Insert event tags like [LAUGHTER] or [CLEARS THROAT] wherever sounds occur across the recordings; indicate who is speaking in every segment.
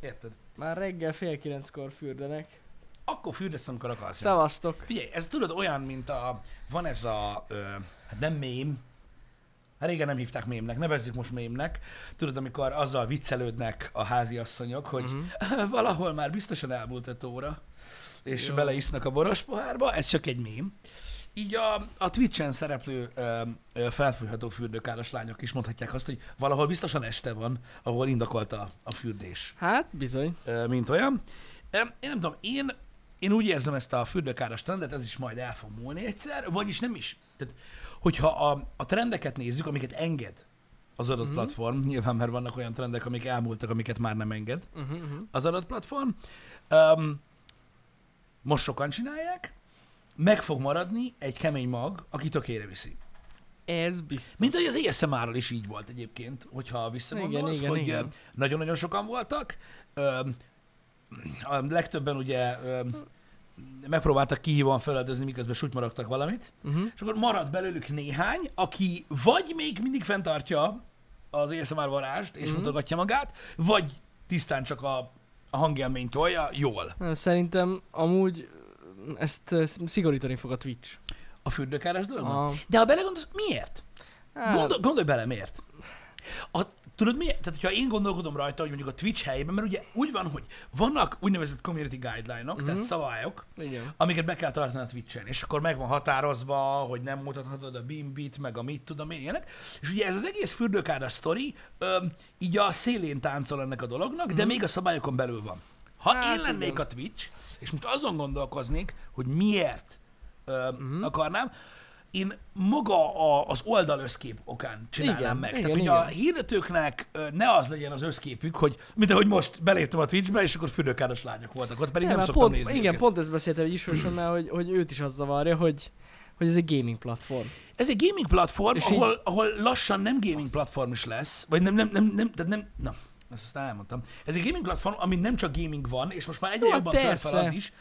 Speaker 1: Érted?
Speaker 2: Már reggel fél kilenckor fürdenek.
Speaker 1: Akkor fürdesz, amikor akarsz.
Speaker 2: Szóval- Szevasztok!
Speaker 1: Figyelj, ez tudod olyan, mint a... Van ez a... Ö, hát nem mém. Hát régen nem hívták mémnek, nevezzük most mémnek. Tudod, amikor azzal viccelődnek a háziasszonyok, hogy uh-huh. [LAUGHS] valahol már biztosan elmúlt öt óra, és
Speaker 2: Jó.
Speaker 1: Jó. beleisznak a boros pohárba, ez csak egy mém. Így a, a Twitch-en szereplő ö, ö, felfújható fürdőkáros lányok is mondhatják azt, hogy valahol biztosan este van, ahol indokolt a, a fürdés
Speaker 2: Hát, bizony.
Speaker 1: ö, mint olyan. Ö, Én nem tudom, én, én úgy érzem ezt a fürdőkáros trendet, ez is majd el fog múlni egyszer, vagyis nem is. Tehát, hogyha a, a trendeket nézzük, amiket enged az adott mm. platform, nyilván mert vannak olyan trendek, amik elmúltak, amiket már nem enged
Speaker 2: Uh-huh, uh-huh.
Speaker 1: az adott platform, um, most sokan csinálják, meg fog maradni egy kemény mag, aki tökére viszi.
Speaker 2: Ez biztos.
Speaker 1: Mint ahogy az ASMR-ral is így volt egyébként, hogyha visszagondolsz,
Speaker 2: Igen, igen,
Speaker 1: hogy
Speaker 2: igen.
Speaker 1: ö, nagyon-nagyon sokan voltak. Ö, A legtöbben ugye ö, megpróbáltak kihívóan felöltözni, miközben sutymarogtak valamit,
Speaker 2: Uh-huh.
Speaker 1: és akkor maradt belőlük néhány, aki vagy még mindig fenntartja az ASMR varázst, és
Speaker 2: Mhm.
Speaker 1: mutogatja magát, vagy tisztán csak a, a hangélményt tolja jól.
Speaker 2: Nem, Szerintem amúgy ö, ezt ö, sz- szigorítani fog a Twitch.
Speaker 1: A fürdőkárás dolog?
Speaker 2: A-
Speaker 1: De ha belegondolsz, miért?
Speaker 2: Hát,
Speaker 1: Gondol, gondolj bele, miért? A, tudod mi? Tehát, hogyha én gondolkodom rajta, hogy mondjuk a Twitch helyében, mert ugye úgy van, hogy vannak úgynevezett community guideline-ok, mm-hmm. tehát szabályok,
Speaker 2: Igen.
Speaker 1: amiket be kell tartani a Twitch-en, és akkor meg van határozva, hogy nem mutathatod a bimbit, meg a mit tudom én ilyenek. És ugye ez az egész fürdőkára sztori öm, így a szélén táncol ennek a dolognak, de még a szabályokon belül van. Ha
Speaker 2: Mhm. Hát
Speaker 1: én lennék
Speaker 2: igen.
Speaker 1: a Twitch, és most azon gondolkoznék, hogy miért öm,
Speaker 2: Mhm.
Speaker 1: akarnám, én maga a, az oldal összkép okán csinálnám
Speaker 2: Igen,
Speaker 1: meg.
Speaker 2: igen,
Speaker 1: Tehát, hogy
Speaker 2: igen.
Speaker 1: a hirdetőknek ö, ne az legyen az összképük, hogy mint ahogy most beléptem a Twitchbe, és akkor fürdőkáros lányok voltak ott, pedig nem,
Speaker 2: mert
Speaker 1: szoktam
Speaker 2: pont,
Speaker 1: nézni
Speaker 2: Igen,
Speaker 1: őket.
Speaker 2: pont ezt beszéltem egy
Speaker 1: [CLEARS THROAT]
Speaker 2: ismerősömmel, hogy, hogy őt is az zavarja, hogy, hogy ez egy gaming platform.
Speaker 1: Ez egy gaming platform,
Speaker 2: És
Speaker 1: ahol, ahol lassan nem gaming platform is lesz, vagy nem, nem, nem, nem, tehát nem, na, ezt aztán elmondtam. Ez egy gaming platform, ami nem csak gaming van, és most már egyre
Speaker 2: Jó, hát
Speaker 1: jobban tör fel
Speaker 2: persze.
Speaker 1: az is.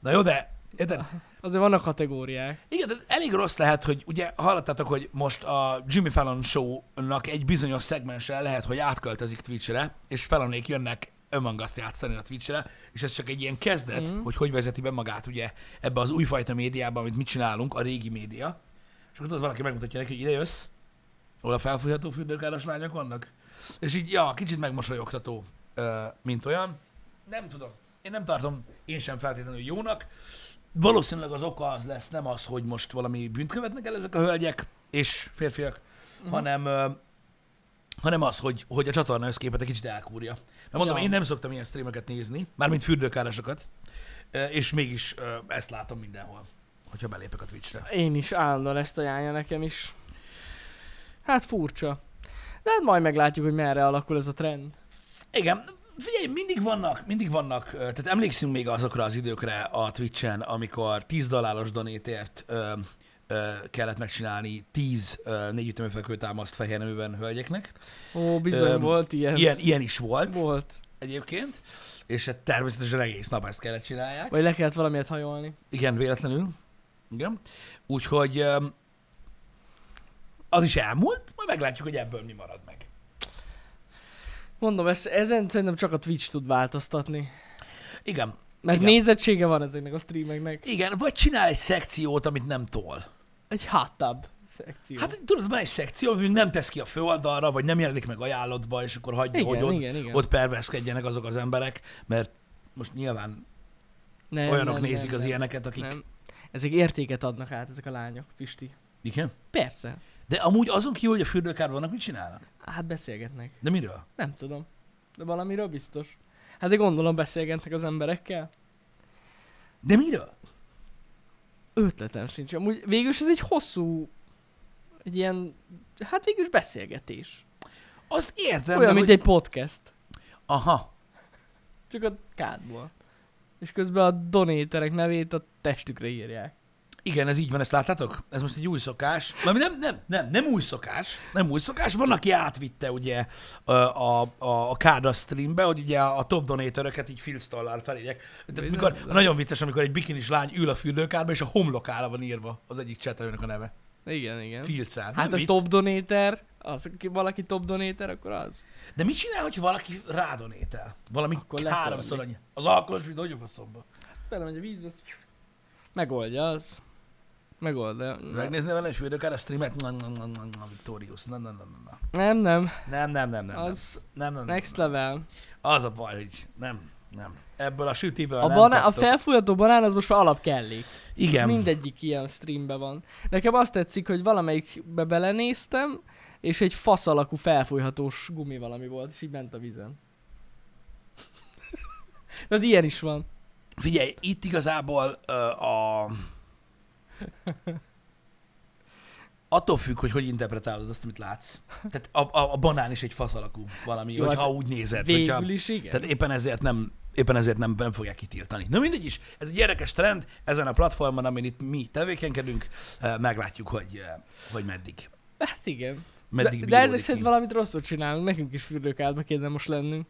Speaker 1: Na jó, de, érted?
Speaker 2: Azért vannak kategóriák.
Speaker 1: Igen, de elég rossz lehet, hogy ugye hallottátok, hogy most a Jimmy Fallon show-nak egy bizonyos szegmense lehet, hogy átköltözik Twitchre, és Fallonék jönnek Among Us-t játszani a Twitchre, és ez csak egy ilyen kezdet,
Speaker 2: Mhm.
Speaker 1: mm. hogy hogy vezeti be magát ugye ebbe az újfajta médiába, amit mi csinálunk, a régi média. És akkor tudod, valaki megmutatja neki, hogy ide jössz, ahol a felfújható fürdőkáros lányok vannak. És így, ja, kicsit megmosolyogtató, ö, mint olyan. Nem tudom. Én nem tartom én sem feltétlenül jónak. Valószínűleg az oka az lesz nem az, hogy most valami bűnt követnek el ezek a hölgyek és férfiak, uh-huh. hanem, ö, hanem az, hogy, hogy a csatorna összképet egy kicsit elkúrja. Mert mondom,
Speaker 2: Ja.
Speaker 1: ja. én nem szoktam ilyen streameket nézni, mármint fürdőkárosokat, ö, és mégis ö, ezt látom mindenhol, hogyha belépek a Twitchre.
Speaker 2: Én is állandóan ezt ajánlja nekem is. Hát furcsa. De hát majd meglátjuk, hogy merre alakul ez a trend.
Speaker 1: Igen, figyelj, mindig vannak, mindig vannak, ö, tehát emlékszünk még azokra az időkre a Twitch-en, amikor 10 dolláros donétért ö, ö, kellett megcsinálni 10 ö, négy ütemű fekvőtámaszt fehér neműben hölgyeknek.
Speaker 2: Ó, bizony
Speaker 1: Öm,
Speaker 2: volt ilyen.
Speaker 1: Ilyen, ilyen is volt
Speaker 2: Volt.
Speaker 1: egyébként, és hát természetesen egész nap ezt kellett csinálják.
Speaker 2: Vagy le kellett valamiért hajolni.
Speaker 1: Igen, véletlenül. Igen. Úgyhogy ö, az is elmúlt, majd meglátjuk, hogy ebből mi marad meg.
Speaker 2: Mondom, ezt, ezen szerintem csak a Twitch tud változtatni.
Speaker 1: Igen.
Speaker 2: Mert
Speaker 1: Igen.
Speaker 2: nézettsége van ezeknek a streameknek.
Speaker 1: Igen, vagy csinál egy szekciót, amit nem tol.
Speaker 2: Egy hot tub szekció. Hát,
Speaker 1: Hát tudod, van egy szekció, ami nem tesz ki a főoldalra, vagy nem jelenik meg ajánlatba, és akkor hagyja,
Speaker 2: igen,
Speaker 1: hogy
Speaker 2: igen,
Speaker 1: ott,
Speaker 2: igen, igen.
Speaker 1: ott perverszkedjenek azok az emberek, mert most nyilván
Speaker 2: nem,
Speaker 1: olyanok nézik az ilyeneket, akik...
Speaker 2: Nem. Ezek értéket adnak át ezek a lányok, Pisti.
Speaker 1: Igen?
Speaker 2: Persze.
Speaker 1: De amúgy azon kívül, hogy a fürdőkár vannak, mit csinálnak?
Speaker 2: Hát beszélgetnek.
Speaker 1: De miről?
Speaker 2: Nem tudom. De valamiről biztos. Hát de gondolom beszélgetnek az emberekkel.
Speaker 1: De miről?
Speaker 2: Ötletem sincs. Amúgy végülis ez egy hosszú... Egy ilyen... Hát végülis beszélgetés.
Speaker 1: Azt értem,
Speaker 2: Nem, Olyan,
Speaker 1: de,
Speaker 2: mint
Speaker 1: hogy...
Speaker 2: egy podcast.
Speaker 1: Aha.
Speaker 2: Csak a kádból. És közben a donéterek nevét a testükre írják.
Speaker 1: Igen, ez így van, ezt láttátok? Ez most egy új szokás. Már nem, nem, nem, nem új szokás. Nem új szokás. Van, aki átvitte ugye a, a, a, a Káda streambe, hogy ugye a top donatoröket így filztollal felírják. Tehát
Speaker 2: Bizony,
Speaker 1: mikor,
Speaker 2: bizony.
Speaker 1: nagyon vicces, amikor egy bikinis lány ül a fürdőkárba, és a homlokára van írva az egyik csetelőnek a neve.
Speaker 2: Igen, igen.
Speaker 1: Filccel.
Speaker 2: Hát
Speaker 1: Nem
Speaker 2: a
Speaker 1: vicc.
Speaker 2: top donator, az, aki valaki top donator, akkor az.
Speaker 1: De mit csinál, hogy valaki rádon étel? Valami
Speaker 2: Akkor
Speaker 1: háromszor annyi. Az alkoholos videó, hogy a faszomba.
Speaker 2: Belemegy a vízbe, azt... megoldja az. Megoldja. Na,
Speaker 1: Megnézni vele egy fürdőkár a streamet? Na, na, na, na, na, Victorious. Na, na, na, na, na.
Speaker 2: nem, nem,
Speaker 1: Nem, nem, nem, nem. nem.
Speaker 2: az
Speaker 1: nem, nem, nem,
Speaker 2: next
Speaker 1: nem.
Speaker 2: level.
Speaker 1: Az a baj, hogy nem, nem. Ebből a sütiből
Speaker 2: A,
Speaker 1: nem
Speaker 2: baná- a
Speaker 1: kaptok.
Speaker 2: felfújható banán az most már alap kellék.
Speaker 1: Igen.
Speaker 2: Mindegyik ilyen streambe van. Nekem azt tetszik, hogy valamelyikbe belenéztem, és egy fasz alakú felfújhatós gumi valami volt, és így ment
Speaker 1: [LAUGHS]
Speaker 2: a vízen. Na, de ilyen is van.
Speaker 1: Figyelj, itt igazából ö,
Speaker 2: [LAUGHS]
Speaker 1: a... Attól függ, hogy hogy interpretálod azt, amit látsz. Tehát a, a, a banán is egy fasz alakú valami,
Speaker 2: Jó,
Speaker 1: Jó, hogyha
Speaker 2: hát
Speaker 1: úgy nézed. Hogyha,
Speaker 2: Végül is, igen.
Speaker 1: tehát éppen ezért nem éppen ezért nem, nem fogják kitiltani. Na mindegy is, ez egy érdekes trend, ezen a platformon, amin itt mi tevékenykedünk, ö, meglátjuk, hogy, ö, hogy meddig.
Speaker 2: Hát igen.
Speaker 1: meddig
Speaker 2: de, de
Speaker 1: bíródik
Speaker 2: ezek szerint
Speaker 1: ki.
Speaker 2: valamit rosszul csinálunk, nekünk is fürdőkádba kéne most lennünk.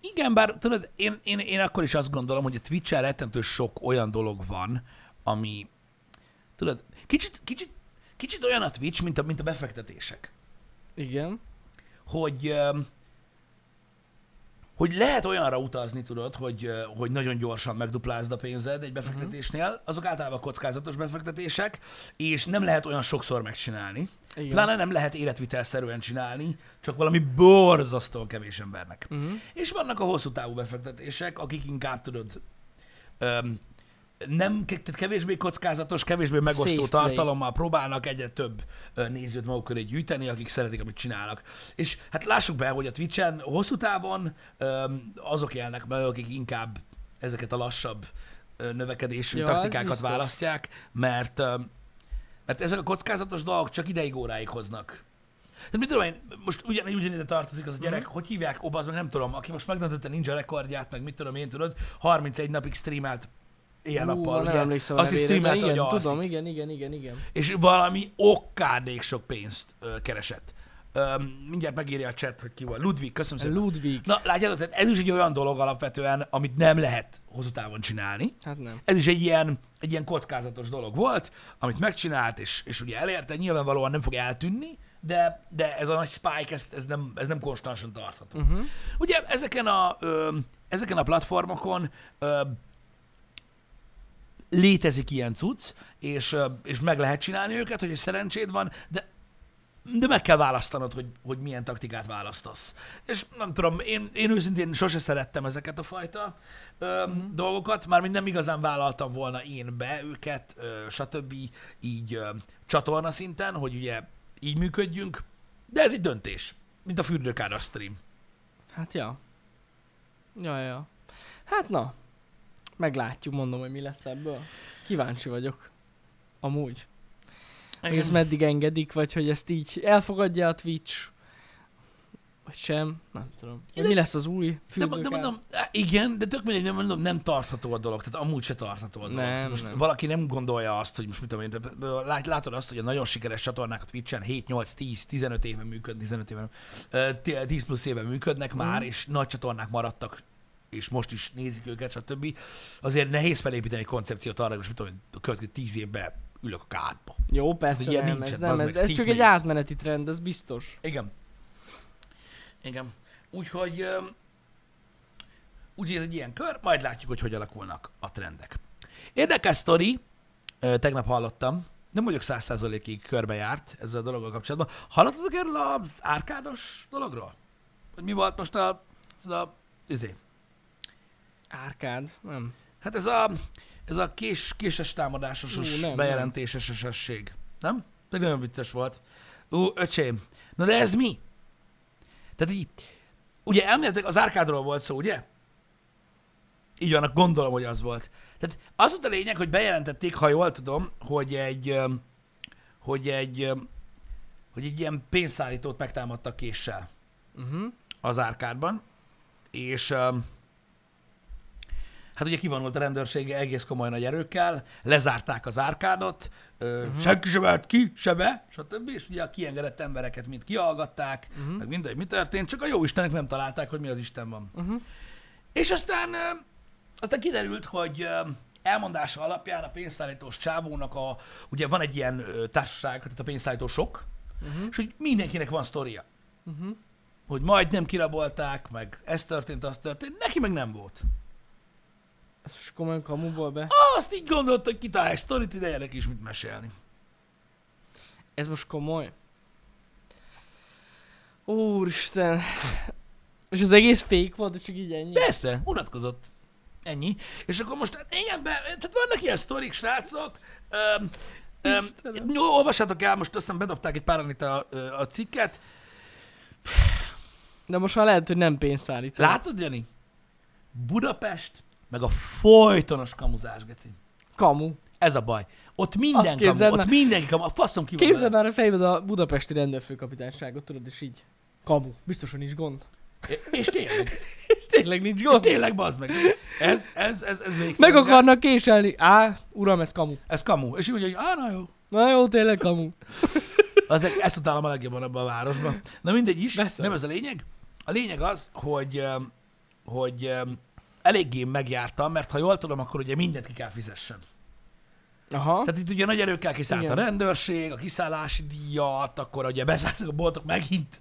Speaker 1: Igen, bár tudod, én, én, én akkor is azt gondolom, hogy a Twitch-en rettentő sok olyan dolog van, ami, tudod, kicsit, kicsit, kicsit olyan a Twitch, mint a, mint a befektetések.
Speaker 2: Igen.
Speaker 1: Hogy, öm, hogy lehet olyanra utazni, tudod, hogy, ö, hogy nagyon gyorsan megduplázd a pénzed egy befektetésnél, azok általában kockázatos befektetések, és nem lehet olyan sokszor megcsinálni.
Speaker 2: Igen.
Speaker 1: Pláne nem lehet életvitelszerűen csinálni, csak valami borzasztóan kevés embernek.
Speaker 2: Uh-huh.
Speaker 1: És vannak a hosszú távú befektetések, akik inkább tudod, öm, nem, ke- tehát kevésbé kockázatos, kevésbé megosztó
Speaker 2: Safe play.
Speaker 1: tartalommal próbálnak egyre több ö, nézőt maguk köré gyűjteni, akik szeretik, amit csinálnak. És hát lássuk be, hogy a Twitch-en hosszú távon öm, azok élnek meg, akik inkább ezeket a lassabb ö, növekedésű
Speaker 2: Ja, az
Speaker 1: taktikákat
Speaker 2: biztos.
Speaker 1: választják, mert, öm, mert ezek a kockázatos dolgok csak ideig óráig hoznak de mit tudom én, most ugyan, ugyanide tartozik az a gyerek,
Speaker 2: Mhm.
Speaker 1: hogy hívják, oba, az meg nem tudom, aki most megdöntötte ninja rekordját, meg mit tudom én, tudod, 31 napig streamelt éjjel-nappal,
Speaker 2: nem
Speaker 1: ugye,
Speaker 2: emlékszem a
Speaker 1: azt is
Speaker 2: nevére, de
Speaker 1: streamelt, hogy
Speaker 2: igen,
Speaker 1: alszik,
Speaker 2: tudom, igen, igen, igen, igen.
Speaker 1: és valami okkádék sok pénzt ö, keresett. Ö, mindjárt megírja a chat, hogy ki volt. Ludwig, köszönöm szépen.
Speaker 2: Ludwig.
Speaker 1: Na, látjátok, tehát ez is egy olyan dolog alapvetően, amit nem lehet hosszú távon csinálni
Speaker 2: Hát nem.
Speaker 1: ez is egy ilyen, egy ilyen kockázatos dolog volt, amit megcsinált, és, és ugye elérte, nyilvánvalóan nem fog eltűnni, de, de ez a nagy spike, ez, ez, nem, ez nem konstansan tartható.
Speaker 2: Uh-huh.
Speaker 1: Ugye ezeken a, ö, ezeken a platformokon ö, létezik ilyen cucc, és, ö, és meg lehet csinálni őket, hogy szerencséd van, de de meg kell választanod, hogy, hogy milyen taktikát választasz. És nem tudom, én, én őszintén sose szerettem ezeket a fajta ö, mm. dolgokat, mármint nem igazán vállaltam volna én be őket, ö, stb. így ö, csatorna szinten, hogy ugye így működjünk, de ez egy döntés, mint a fürdőkára stream.
Speaker 2: Hát ja. Ja, ja. Hát na. Meglátjuk, mondom, hogy mi lesz ebből. Kíváncsi vagyok. Amúgy. Hogy ez meddig engedik, vagy hogy ezt így elfogadja a Twitch. Vagy sem. Nem tudom. Hogy
Speaker 1: de-
Speaker 2: mi lesz az új
Speaker 1: De, mo- de
Speaker 2: fürdőkád?
Speaker 1: mondom, á, igen, de tök mindegy, nem mondom, nem tartható a dolog, tehát amúgy se tartható a dolog.
Speaker 2: Nem,
Speaker 1: Tehát most
Speaker 2: nem.
Speaker 1: valaki nem gondolja azt, hogy most mit tudom én, de- de- de lát- látod azt, hogy a nagyon sikeres csatornák a Twitch-en 7, 8, 10, 15 éve működnek, 15 éve, nem, ö, ti- 10 plusz éve működnek
Speaker 2: Mhm.
Speaker 1: már, és nagy csatornák maradtak és most is nézik őket, stb. Azért nehéz felépíteni egy koncepciót arra, hogy most mit tudom én, a következő 10 évben ülök a kádba.
Speaker 2: Jó, persze
Speaker 1: ilyen
Speaker 2: nem,
Speaker 1: Hát nincsen,
Speaker 2: ez nem,
Speaker 1: bazd
Speaker 2: ez,
Speaker 1: meg,
Speaker 2: ez csak egy
Speaker 1: szitmész.
Speaker 2: átmeneti trend, ez biztos.
Speaker 1: Igen. Igen. Úgyhogy öm, úgyhogy ez egy ilyen kör, majd látjuk, hogy hogy alakulnak a trendek. Érdekes sztori, ö, tegnap hallottam, nem vagyok száz százalékig körbejárt ezzel a dologgal kapcsolatban. Hallottatok erről az árkádos dologról? Hogy mi volt most a, ez a izé,
Speaker 2: Árkád, nem.
Speaker 1: Hát ez a, ez a kés, késes
Speaker 2: Ú,
Speaker 1: támadásos
Speaker 2: nem,
Speaker 1: bejelentéses esesség. Nem? De nagyon vicces volt. Ú, öcsém. Na de ez mi? Tehát így, ugye elméletek az árkádról volt szó, ugye? Így van, gondolom, hogy az volt. Tehát az volt a lényeg, hogy bejelentették, ha jól tudom, hogy egy, öm, hogy egy, öm, hogy egy ilyen pénzszállítót megtámadtak késsel
Speaker 2: Uh-huh.
Speaker 1: az árkádban, és öm, hát ugye kivonult a rendőrsége egész komoly nagy erőkkel, lezárták az árkádot, uh-huh. senki sem állt ki, se be, stb. És ugye a kiengedett embereket mind kihallgatták, uh-huh. meg mindegy, mi történt, csak a jó Istenek nem találták, hogy mi az Isten van.
Speaker 2: Uh-huh.
Speaker 1: És aztán, ö, aztán kiderült, hogy, ö, elmondása alapján a pénzszállítós csávónak a, ugye van egy ilyen ö, társaság, tehát a pénzszállítósok, uh-huh. és hogy mindenkinek van sztoria.
Speaker 2: Uh-huh.
Speaker 1: Hogy majd nem kirabolták, meg ez történt, az történt, neki meg nem volt.
Speaker 2: Ez most komolyan kamuból be.
Speaker 1: Azt így gondolt, hogy kitál egy sztorit, ideje neki is mit mesélni.
Speaker 2: Ez most komoly. Úristen. És az egész fake volt, és csak így ennyi.
Speaker 1: Persze, unatkozott. Ennyi. És akkor most, hát igen, be, tehát vannak ilyen sztorik, srácok. Öm, öm,
Speaker 2: Istenem.
Speaker 1: jó, olvassátok el, most azt hiszem bedobták egy páran itt a, ö, a cikket.
Speaker 2: De most már lehet, hogy nem pénzt állít.
Speaker 1: Látod, Jani? Budapest, meg a folytonos kamuzás, geci.
Speaker 2: Kamu.
Speaker 1: Ez a baj. Ott minden
Speaker 2: Azt
Speaker 1: kamu,
Speaker 2: képzeld
Speaker 1: ott
Speaker 2: már-
Speaker 1: mindenki kamu, a faszom ki van
Speaker 2: Képzeld
Speaker 1: vele.
Speaker 2: már a fejed a budapesti rendőrfőkapitányságot, tudod, és így. Kamu. Biztosan nincs gond.
Speaker 1: És [LAUGHS] tényleg,
Speaker 2: És tényleg nincs gond.
Speaker 1: tényleg bazd meg. Ez, ez, ez, ez végig.
Speaker 2: Meg akarnak késelni. Á, uram, ez kamu.
Speaker 1: Ez kamu. És így mondja, hogy á, na jó.
Speaker 2: Na jó, tényleg kamu.
Speaker 1: Az, ezt utálom a legjobban abban a városban. Na mindegy is,
Speaker 2: Persze.
Speaker 1: nem ez a lényeg. A lényeg az, hogy, öm, hogy öm, eléggé megjártam, mert ha jól tudom, akkor ugye mindent ki kell fizessen.
Speaker 2: Aha.
Speaker 1: Tehát itt ugye nagy erőkkel kiszállt
Speaker 2: Igen.
Speaker 1: a rendőrség, a kiszállási díjat, akkor ugye bezártak a boltok megint,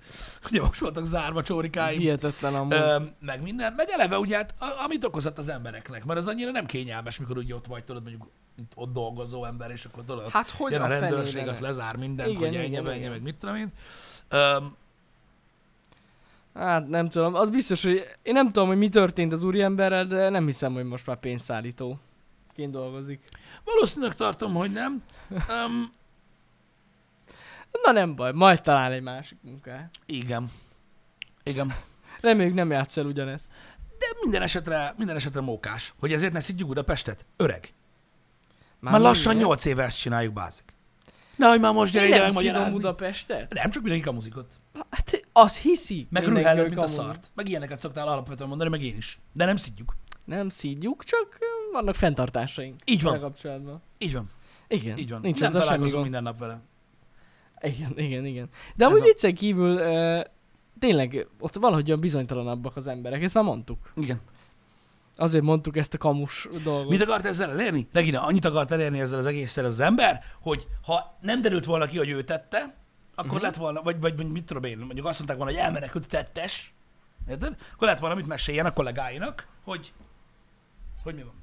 Speaker 1: ugye most voltak zárva csórikáim,
Speaker 2: Hihetetlen amúgy.
Speaker 1: ö, meg minden, meg eleve ugye hát, a- amit okozott az embereknek, mert az annyira nem kényelmes, mikor ugye ott vagy, tudod, mondjuk itt ott dolgozó ember, és akkor tudod,
Speaker 2: Hát hogy
Speaker 1: jön
Speaker 2: a,
Speaker 1: a
Speaker 2: fenébe
Speaker 1: rendőrség,
Speaker 2: ne?
Speaker 1: az lezár mindent,
Speaker 2: Igen,
Speaker 1: hogy ennyi,
Speaker 2: igen,
Speaker 1: ennyi,
Speaker 2: igen.
Speaker 1: meg mit tudom én. Öm,
Speaker 2: Hát nem tudom, az biztos, hogy én nem tudom, hogy mi történt az úriemberrel, de nem hiszem, hogy most már pénzszállító. Ként dolgozik.
Speaker 1: Valószínűleg tartom, hogy nem. Um,
Speaker 2: Na nem baj, majd talál egy másik munkát.
Speaker 1: igen. Igen.
Speaker 2: Reméljük nem játsz el ugyanezt.
Speaker 1: De minden esetre, minden esetre mókás, hogy ezért ne szidjuk Budapestet. Öreg. Már,
Speaker 2: minden?
Speaker 1: lassan 8 éve ezt csináljuk, bázik. Na, hogy már most gyere
Speaker 2: Én
Speaker 1: ide
Speaker 2: nem szidom
Speaker 1: megmagyarázni.
Speaker 2: Budapestet?
Speaker 1: Nem, csak mindenki a muzikot.
Speaker 2: Hát az hiszi.
Speaker 1: Meg
Speaker 2: mindenki,
Speaker 1: rühellünk,
Speaker 2: hogy
Speaker 1: mint a
Speaker 2: kamu.
Speaker 1: szart. Meg ilyeneket szoktál alapvetően mondani, meg én is. De nem szidjuk.
Speaker 2: Nem szídjuk, csak ö, vannak fenntartásaink.
Speaker 1: Így van.
Speaker 2: vele Kapcsolatban.
Speaker 1: Így van,
Speaker 2: Igen,
Speaker 1: így van.
Speaker 2: nincs
Speaker 1: nem
Speaker 2: ezzel semmi
Speaker 1: találkozunk
Speaker 2: gond.
Speaker 1: minden nap vele.
Speaker 2: Igen, igen, igen. De amúgy
Speaker 1: a-
Speaker 2: a... viccen kívül ö, tényleg ott valahogy olyan bizonytalanabbak az emberek, ezt már mondtuk.
Speaker 1: Igen.
Speaker 2: Azért mondtuk ezt a kamus dolgot.
Speaker 1: Mit akart ezzel elérni? Regina, annyit akart elérni ezzel az egésszel az ember, hogy ha nem derült volna ki, hogy ő tette, akkor
Speaker 2: Mhm.
Speaker 1: uh-huh. lett volna, vagy, vagy mit tudom én, mondjuk azt mondták volna, hogy elmenekült a tettes, érted? Akkor lett volna, mit meséljen a kollégáinak, hogy hogy mi van.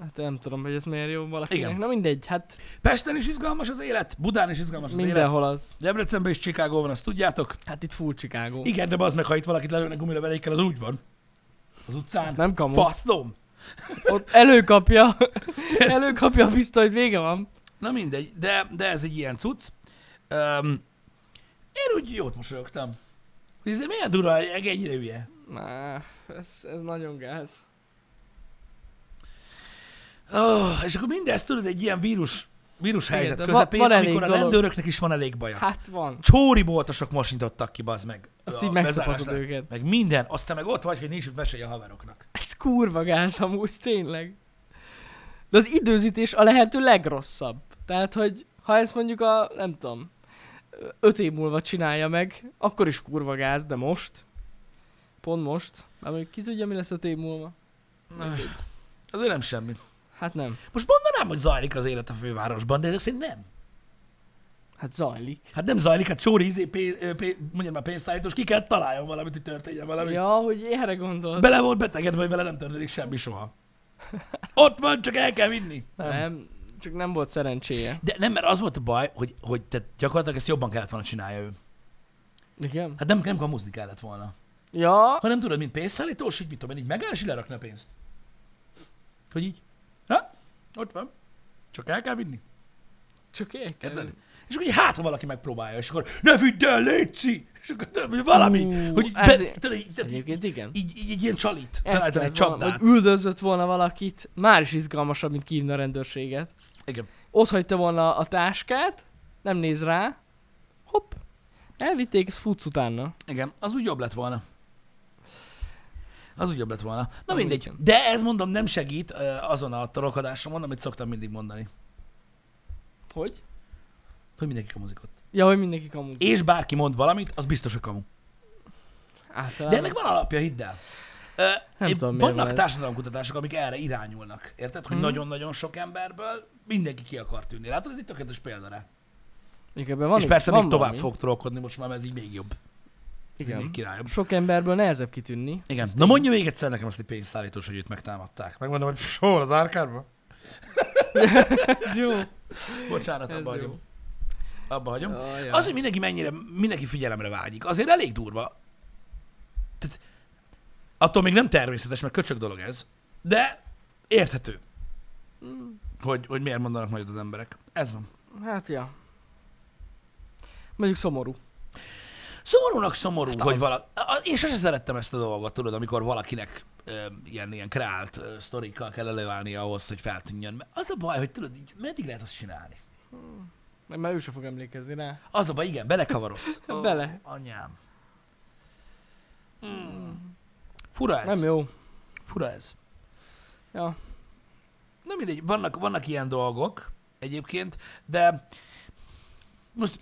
Speaker 2: Hát nem tudom, hogy ez miért jó valakinek.
Speaker 1: Igen.
Speaker 2: Igen. Na mindegy, hát
Speaker 1: Pesten is izgalmas az élet, Budán is izgalmas az élet,
Speaker 2: mindenhol az.
Speaker 1: Debrecenben és Chicago van, azt tudjátok.
Speaker 2: Hát itt full Chicago.
Speaker 1: Igen, de az meg, ha itt valakit lelőnek gumilevelékkel, az úgy van. Az utcán.
Speaker 2: Hát Nem kamu.
Speaker 1: Faszom!
Speaker 2: Ott
Speaker 1: [LAUGHS]
Speaker 2: előkapja, előkapja a pisztolyt, vége van.
Speaker 1: Na mindegy, de, de ez egy ilyen cucc. Um, én úgy jót mosolyogtam. Hogy ez milyen durva, hogy egy- ennyire hülye.
Speaker 2: Nah, ez, ez nagyon gáz.
Speaker 1: Oh, és akkor mindezt tudod egy ilyen vírus, vírus
Speaker 2: Igen,
Speaker 1: helyzet
Speaker 2: de
Speaker 1: Igen,
Speaker 2: va-
Speaker 1: közepén,
Speaker 2: van elég
Speaker 1: amikor a
Speaker 2: dolog.
Speaker 1: rendőröknek is van elég baja. Hát.
Speaker 2: Hát van.
Speaker 1: Csóri boltosok mosintottak ki, bazd meg.
Speaker 2: Azt
Speaker 1: a
Speaker 2: így megszapatod
Speaker 1: bezárásnál.
Speaker 2: őket.
Speaker 1: Meg minden, aztán meg ott vagy, hogy nincs mit mesélj a haveroknak.
Speaker 2: Ez kurva gáz amúgy, tényleg. De az időzítés a lehető legrosszabb. Tehát, hogy ha ezt mondjuk a, nem tudom, öt év múlva csinálja meg, akkor is kurva gáz, de most. Pont most. Már mondjuk ki tudja, mi lesz öt év múlva? Mindegy.
Speaker 1: Azért nem semmi.
Speaker 2: Hát nem.
Speaker 1: Most mondanám, hogy zajlik az élet a fővárosban, de ezek szerint nem.
Speaker 2: Hát zajlik.
Speaker 1: Hát nem zajlik, hát Csóri izé, pé, ö, pé, mondjam már pénzszállítós, ki kell találjon valamit, hogy történjen valami.
Speaker 2: Ja, hogy erre gondolsz.
Speaker 1: Bele volt betegedve, hogy vele nem történik semmi soha. Ott van, csak el kell vinni.
Speaker 2: nem. nem. Csak nem volt szerencséje.
Speaker 1: De nem, mert az volt a baj, hogy, hogy te gyakorlatilag ezt jobban kellett volna csinálja ő.
Speaker 2: Igen?
Speaker 1: Hát nem, nem kamuzni kellett volna.
Speaker 2: Ja,
Speaker 1: Hanem tudod, mint pénzszállítós, így mit tudom én, így megáll, és így lerakna a pénzt. Hogy így, na, ott van, csak el kell vinni.
Speaker 2: csak én.
Speaker 1: Érted? És akkor így hát, ha valaki megpróbálja, és akkor ne vidd el, léci! És akkor tudod, hogy valami,
Speaker 2: Ú,
Speaker 1: hogy így be,
Speaker 2: ezért-
Speaker 1: tudod, így, tudod, így,
Speaker 2: Egyébként igen.
Speaker 1: így, így, egy ilyen csalit,
Speaker 2: Ezt
Speaker 1: felállítani egy
Speaker 2: kellett volna,
Speaker 1: csapdát.
Speaker 2: Hogy üldözött volna valakit, már is izgalmasabb, mint kívül a rendőrséget.
Speaker 1: Igen.
Speaker 2: Ott hagyta volna a táskát, nem néz rá, hopp, elvitték, ez futsz utána.
Speaker 1: Igen, az úgy jobb lett volna. Az úgy jobb lett volna. Na
Speaker 2: Amúgy
Speaker 1: mindegy.
Speaker 2: igen.
Speaker 1: De ez mondom nem segít ö, azon a torokodásomon, amit szoktam mindig mondani.
Speaker 2: Hogy?
Speaker 1: Hogy mindenki kamuzikot.
Speaker 2: Ja, hogy mindenki kamuzik.
Speaker 1: És bárki mond valamit, az biztos, hogy kamu.
Speaker 2: Általában.
Speaker 1: De ennek van alapja, hidd el.
Speaker 2: Nem
Speaker 1: Én-
Speaker 2: tudom, miért van
Speaker 1: vannak
Speaker 2: ez. Mhm.
Speaker 1: társadalomkutatások, amik erre irányulnak. Érted, hogy nagyon-nagyon sok emberből mindenki ki akar tűnni. Látod, ez itt tökéletes példa rá.
Speaker 2: Még ebben van
Speaker 1: És persze
Speaker 2: van
Speaker 1: még tovább
Speaker 2: valami.
Speaker 1: fog trollkodni, most már ez így még jobb. Ez így még
Speaker 2: Igen.
Speaker 1: királyabb.
Speaker 2: Sok emberből nehezebb kitűnni.
Speaker 1: Igen. Na mondja még egyszer nekem azt a pénzszállítós, hogy őt megtámadták.
Speaker 3: Megmondom, hogy [LAUGHS] pff, hol az árkádban?
Speaker 2: Ez jó.
Speaker 1: Bocsánat,
Speaker 2: Ez
Speaker 1: abba hagyom.
Speaker 2: jó.
Speaker 1: Abba hagyom.
Speaker 2: Jaj,
Speaker 1: Az, hogy mindenki mennyire, mindenki figyelemre vágyik, azért elég durva. Tehát, attól még nem természetes, mert köcsög dolog ez, de érthető,
Speaker 2: Mm,
Speaker 1: hogy, hogy miért mondanak majd az emberek. Ez van.
Speaker 2: Hát, ja. Mondjuk szomorú.
Speaker 1: Szomorúnak szomorú, hát
Speaker 2: Hát
Speaker 1: hogy
Speaker 2: az.
Speaker 1: vala... a- Én sose szerettem ezt a dolgot, tudod, amikor valakinek ö, ilyen, ilyen kreált ö, sztorikkal kell előállni ahhoz, hogy feltűnjön. Mert az a baj, hogy tudod, így meddig lehet azt csinálni?
Speaker 2: Mert már ő sem fog emlékezni rá.
Speaker 1: Az a baj, igen, belekavarodsz. Ó,
Speaker 2: [LAUGHS] Bele.
Speaker 1: Anyám. Mm. Fura ez.
Speaker 2: Nem jó.
Speaker 1: Fura ez.
Speaker 2: Ja.
Speaker 1: Na mindegy, vannak, vannak ilyen dolgok egyébként, de most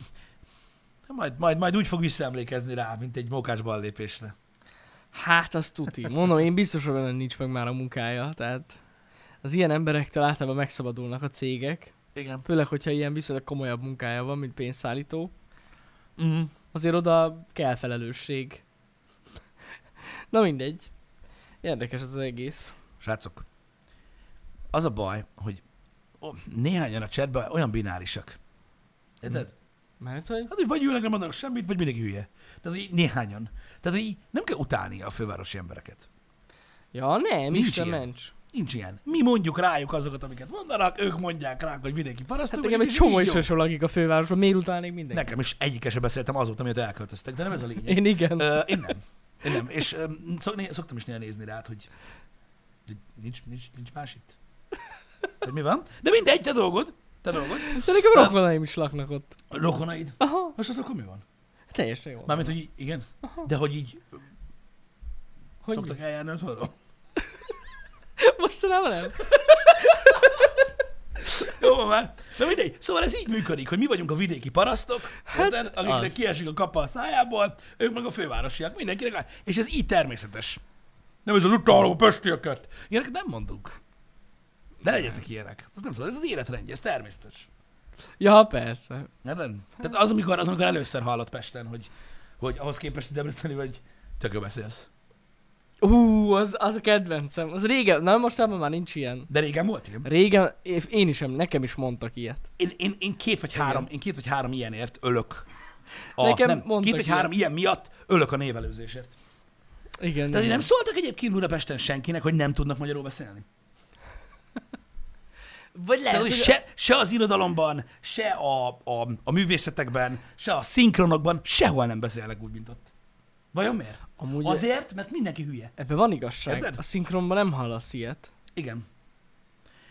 Speaker 1: majd, majd, majd úgy fog visszaemlékezni rá, mint egy mókás ballépésre.
Speaker 2: Hát, az tuti. Mondom, én biztos, hogy benne nincs meg már a munkája, tehát az ilyen emberektől általában megszabadulnak a cégek,
Speaker 1: Igen.
Speaker 2: főleg, hogyha ilyen viszonylag komolyabb munkája van, mint pénzszállító,
Speaker 1: Mm.
Speaker 2: azért oda kell felelősség. Na mindegy. Érdekes az egész.
Speaker 1: Srácok, az a baj, hogy ó, néhányan a chatben olyan binárisak. Érted?
Speaker 2: Mert hogy?
Speaker 1: Hát, hogy vagy ülnek, nem mondanak semmit, vagy mindig hülye. Tehát, hogy így néhányan. Tehát, hogy így nem kell utálnia a fővárosi embereket.
Speaker 2: Ja, nem,
Speaker 1: Nincs
Speaker 2: Isten
Speaker 1: ilyen.
Speaker 2: ments.
Speaker 1: Nincs ilyen. Mi mondjuk rájuk azokat, amiket mondanak, ők mondják ránk, hogy mindenki parasztok.
Speaker 2: Hát nekem egy
Speaker 1: vagyunk, és
Speaker 2: csomó
Speaker 1: így jó.
Speaker 2: ismerősöm lakik a fővárosban, miért utálnék mindenkit?
Speaker 1: Nekem is egyikkel sem beszéltem azóta, mióta elköltöztek, de nem ez a lényeg.
Speaker 2: Én
Speaker 1: [LAUGHS]
Speaker 2: igen.
Speaker 1: Ö, én nem. Én nem. És ö, szok, né- szoktam is néha nézni rád, hogy hogy nincs, nincs, nincs más itt. Hogy mi van? De mindegy, te dolgod. Te dolgod.
Speaker 2: De nekem rokonaim is laknak ott.
Speaker 1: A rokonaid.
Speaker 2: Aha,
Speaker 1: Most az akkor mi van?
Speaker 2: teljesen jó.
Speaker 1: Mármint, hogy í- igen. De hogy így hogy
Speaker 2: Hogy
Speaker 1: szoktak eljárni otthonról.
Speaker 2: mostanában nem?
Speaker 1: Jó van már. Na mindegy. Szóval ez így működik, hogy mi vagyunk a vidéki parasztok, hát akiknek
Speaker 2: az.
Speaker 1: kiesik a kapa a szájából, ők meg a fővárosiak, mindenkinek. áll. És ez így természetes. Nem ez az utáló pestieket. Ilyeneket nem mondunk. De legyetek ilyenek. Ez nem szabad, ez az életrendje, ez természetes. Hát
Speaker 2: Ja, persze.
Speaker 1: Nem? Tehát az, amikor, az, amikor először hallott Pesten, hogy, hogy ahhoz képest hogy Debreceni vagy, tök jó beszélsz.
Speaker 2: Ú, az, az a kedvencem. Az régen, na mostanában már nincs ilyen.
Speaker 1: De régen volt, igen.
Speaker 2: Régen, é- én is, em- nekem is mondtak ilyet.
Speaker 1: Én, én, én két vagy három, én két vagy három ilyenért ölök. A,
Speaker 2: Nekem
Speaker 1: nem,
Speaker 2: mondtak
Speaker 1: két vagy
Speaker 2: ilyet.
Speaker 1: három ilyen miatt ölök a névelőzésért.
Speaker 2: Igen.
Speaker 1: Tehát
Speaker 2: igen.
Speaker 1: nem szóltak egyébként Budapesten senkinek, hogy nem tudnak magyarul beszélni.
Speaker 2: Vagy lehet,
Speaker 1: Tehát, hogy
Speaker 2: hogy
Speaker 1: se, se az irodalomban, se a, a, a művészetekben, se a szinkronokban, sehol nem beszélnek úgy, mint ott. Vajon miért?
Speaker 2: amúgy azért...
Speaker 1: Azért, mert mindenki hülye.
Speaker 2: ebben van igazság.
Speaker 1: Érted?
Speaker 2: A szinkronban nem hallasz ilyet.
Speaker 1: Igen.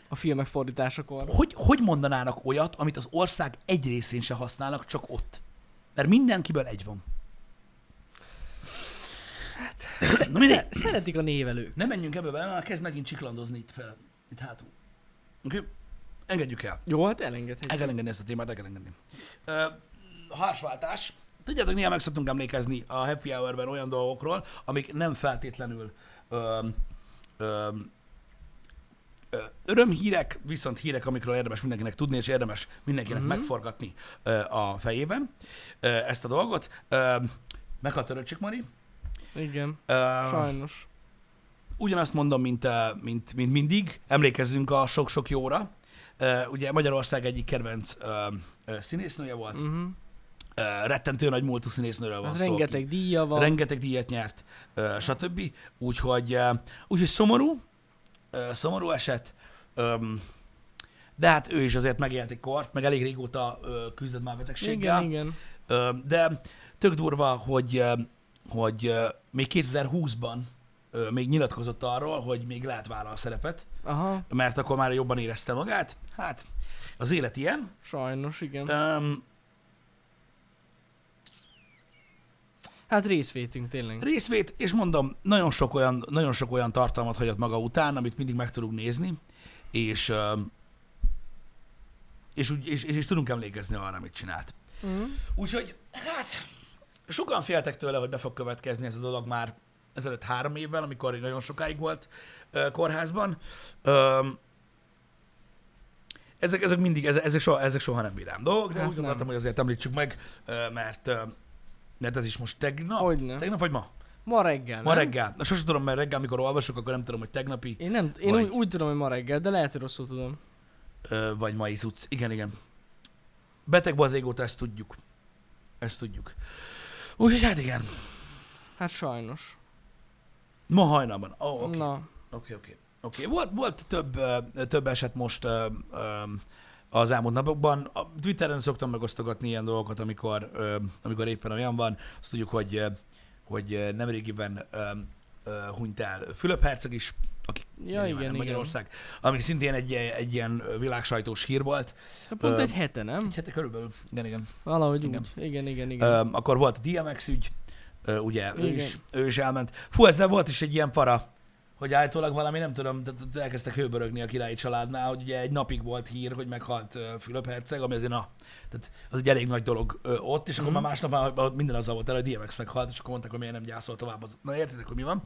Speaker 2: A filmek fordításakor.
Speaker 1: Hogy, hogy mondanának olyat, amit az ország egy részén se használnak, csak ott? Mert mindenkiből egy van. Hát, Na, mindegy.
Speaker 2: Sze- szeretik a névelők.
Speaker 1: Ne menjünk ebbe bele, mert kezd megint csiklandozni itt fel, itt hátul. Oké? Okay? Engedjük el.
Speaker 2: Jó, hát elengedhetjük.
Speaker 1: El kell engedni ezt a témát, el kell engedni. Ö, Hársváltás. Tudjátok, néha meg szoktunk emlékezni a Happy Hour-ben olyan dolgokról, amik nem feltétlenül ö, ö, ö, örömhírek, viszont hírek, amikről érdemes mindenkinek tudni, és érdemes mindenkinek
Speaker 2: Mhm.
Speaker 1: mm-hmm. megforgatni ö, a fejében ö, ezt a dolgot. Ö, meghalt Töröcsik Mari.
Speaker 2: Igen,
Speaker 1: Ö,
Speaker 2: sajnos.
Speaker 1: ugyanazt mondom, mint, ö, mint, mint mindig, emlékezzünk a sok-sok jóra. Ö, ugye Magyarország egyik kedvenc ö, ö, színésznője volt,
Speaker 2: Uh-huh.
Speaker 1: Ö, rettentő nagy múltú színésznőről van
Speaker 2: Hát
Speaker 1: szó.
Speaker 2: rengeteg
Speaker 1: aki
Speaker 2: díja van.
Speaker 1: rengeteg díjat nyert, ö, stb. Úgyhogy, ö, úgyhogy szomorú, ö, szomorú eset, öm, de hát ő is azért megélt egy kort, meg elég régóta ö, küzdött már
Speaker 2: igen,
Speaker 1: betegséggel.
Speaker 2: igen.
Speaker 1: Ö, De tök durva, hogy, ö, hogy ö, még 2020-ban ö, még nyilatkozott arról, hogy még lehet vállal a szerepet,
Speaker 2: Aha,
Speaker 1: mert akkor már jobban érezte magát. Hát, az élet ilyen.
Speaker 2: sajnos, igen.
Speaker 1: Öm,
Speaker 2: Hát részvétünk tényleg.
Speaker 1: részvét, és mondom, nagyon sok olyan, nagyon sok olyan tartalmat hagyott maga után, amit mindig meg tudunk nézni, és, öm, és, úgy- és, és, és tudunk emlékezni arra, amit csinált.
Speaker 2: Mm.
Speaker 1: Úgyhogy, hát, sokan féltek tőle, hogy be fog következni ez a dolog már ezelőtt három évvel, amikor én nagyon sokáig volt ö, kórházban. Öm, ezek, ezek mindig, ezek, ezek, soha, ezek soha nem vidám dolgok, de
Speaker 2: Hát
Speaker 1: úgy gondoltam,
Speaker 2: nem.
Speaker 1: hogy azért említsük meg, ö, mert, ö, mert ez is most tegnap,
Speaker 2: Hogyne.
Speaker 1: tegnap vagy ma?
Speaker 2: Ma reggel,
Speaker 1: Ma
Speaker 2: nem?
Speaker 1: reggel. Na, sosem tudom, mert reggel, amikor olvasok, akkor nem tudom, hogy tegnapi
Speaker 2: Én, nem, én
Speaker 1: Vagy.
Speaker 2: úgy, úgy, tudom, hogy ma reggel, de lehet, hogy rosszul tudom.
Speaker 1: ö, vagy mai cucc. Igen, igen. Beteg volt régóta, ezt tudjuk. Ezt tudjuk. Úgyhogy hát igen.
Speaker 2: Hát sajnos.
Speaker 1: Ma hajnalban. Ó, oh, oké.
Speaker 2: Na,
Speaker 1: Oké, oké. Oké, volt, volt több, ö, több eset most ö, ö, az elmúlt napokban. A Twitteren szoktam megosztogatni ilyen dolgokat, amikor, ö, amikor éppen olyan van. Azt tudjuk, hogy, ö, hogy nemrégiben ö, ö, hunyt el Fülöp Herceg is, aki
Speaker 2: ja
Speaker 1: nyilván
Speaker 2: igen,
Speaker 1: nem
Speaker 2: igen.
Speaker 1: Magyarország, ami szintén egy, egy ilyen világsajtós hír volt.
Speaker 2: Hát pont
Speaker 1: Ö,
Speaker 2: egy hete, nem?
Speaker 1: Egy hete körülbelül. Igen, igen.
Speaker 2: Valahogy
Speaker 1: igen.
Speaker 2: úgy. Igen, igen, igen.
Speaker 1: Ö, akkor volt a DMX ügy, ö, ugye, ő
Speaker 2: Igen.
Speaker 1: is, ő is elment. Fú, ezzel volt is egy ilyen para, hogy állítólag valami, nem tudom, de- de- de elkezdtek hőbörögni a királyi családnál, hogy ugye egy napig volt hír, hogy meghalt ö, Fülöp herceg, ami azért na, tehát az egy elég nagy dolog ö, ott, és akkor
Speaker 2: Mhm.
Speaker 1: már másnap már minden azzal volt el, hogy DMX meghalt, és akkor mondták, hogy miért nem gyászol tovább. Az... Na értitek, hogy mi van?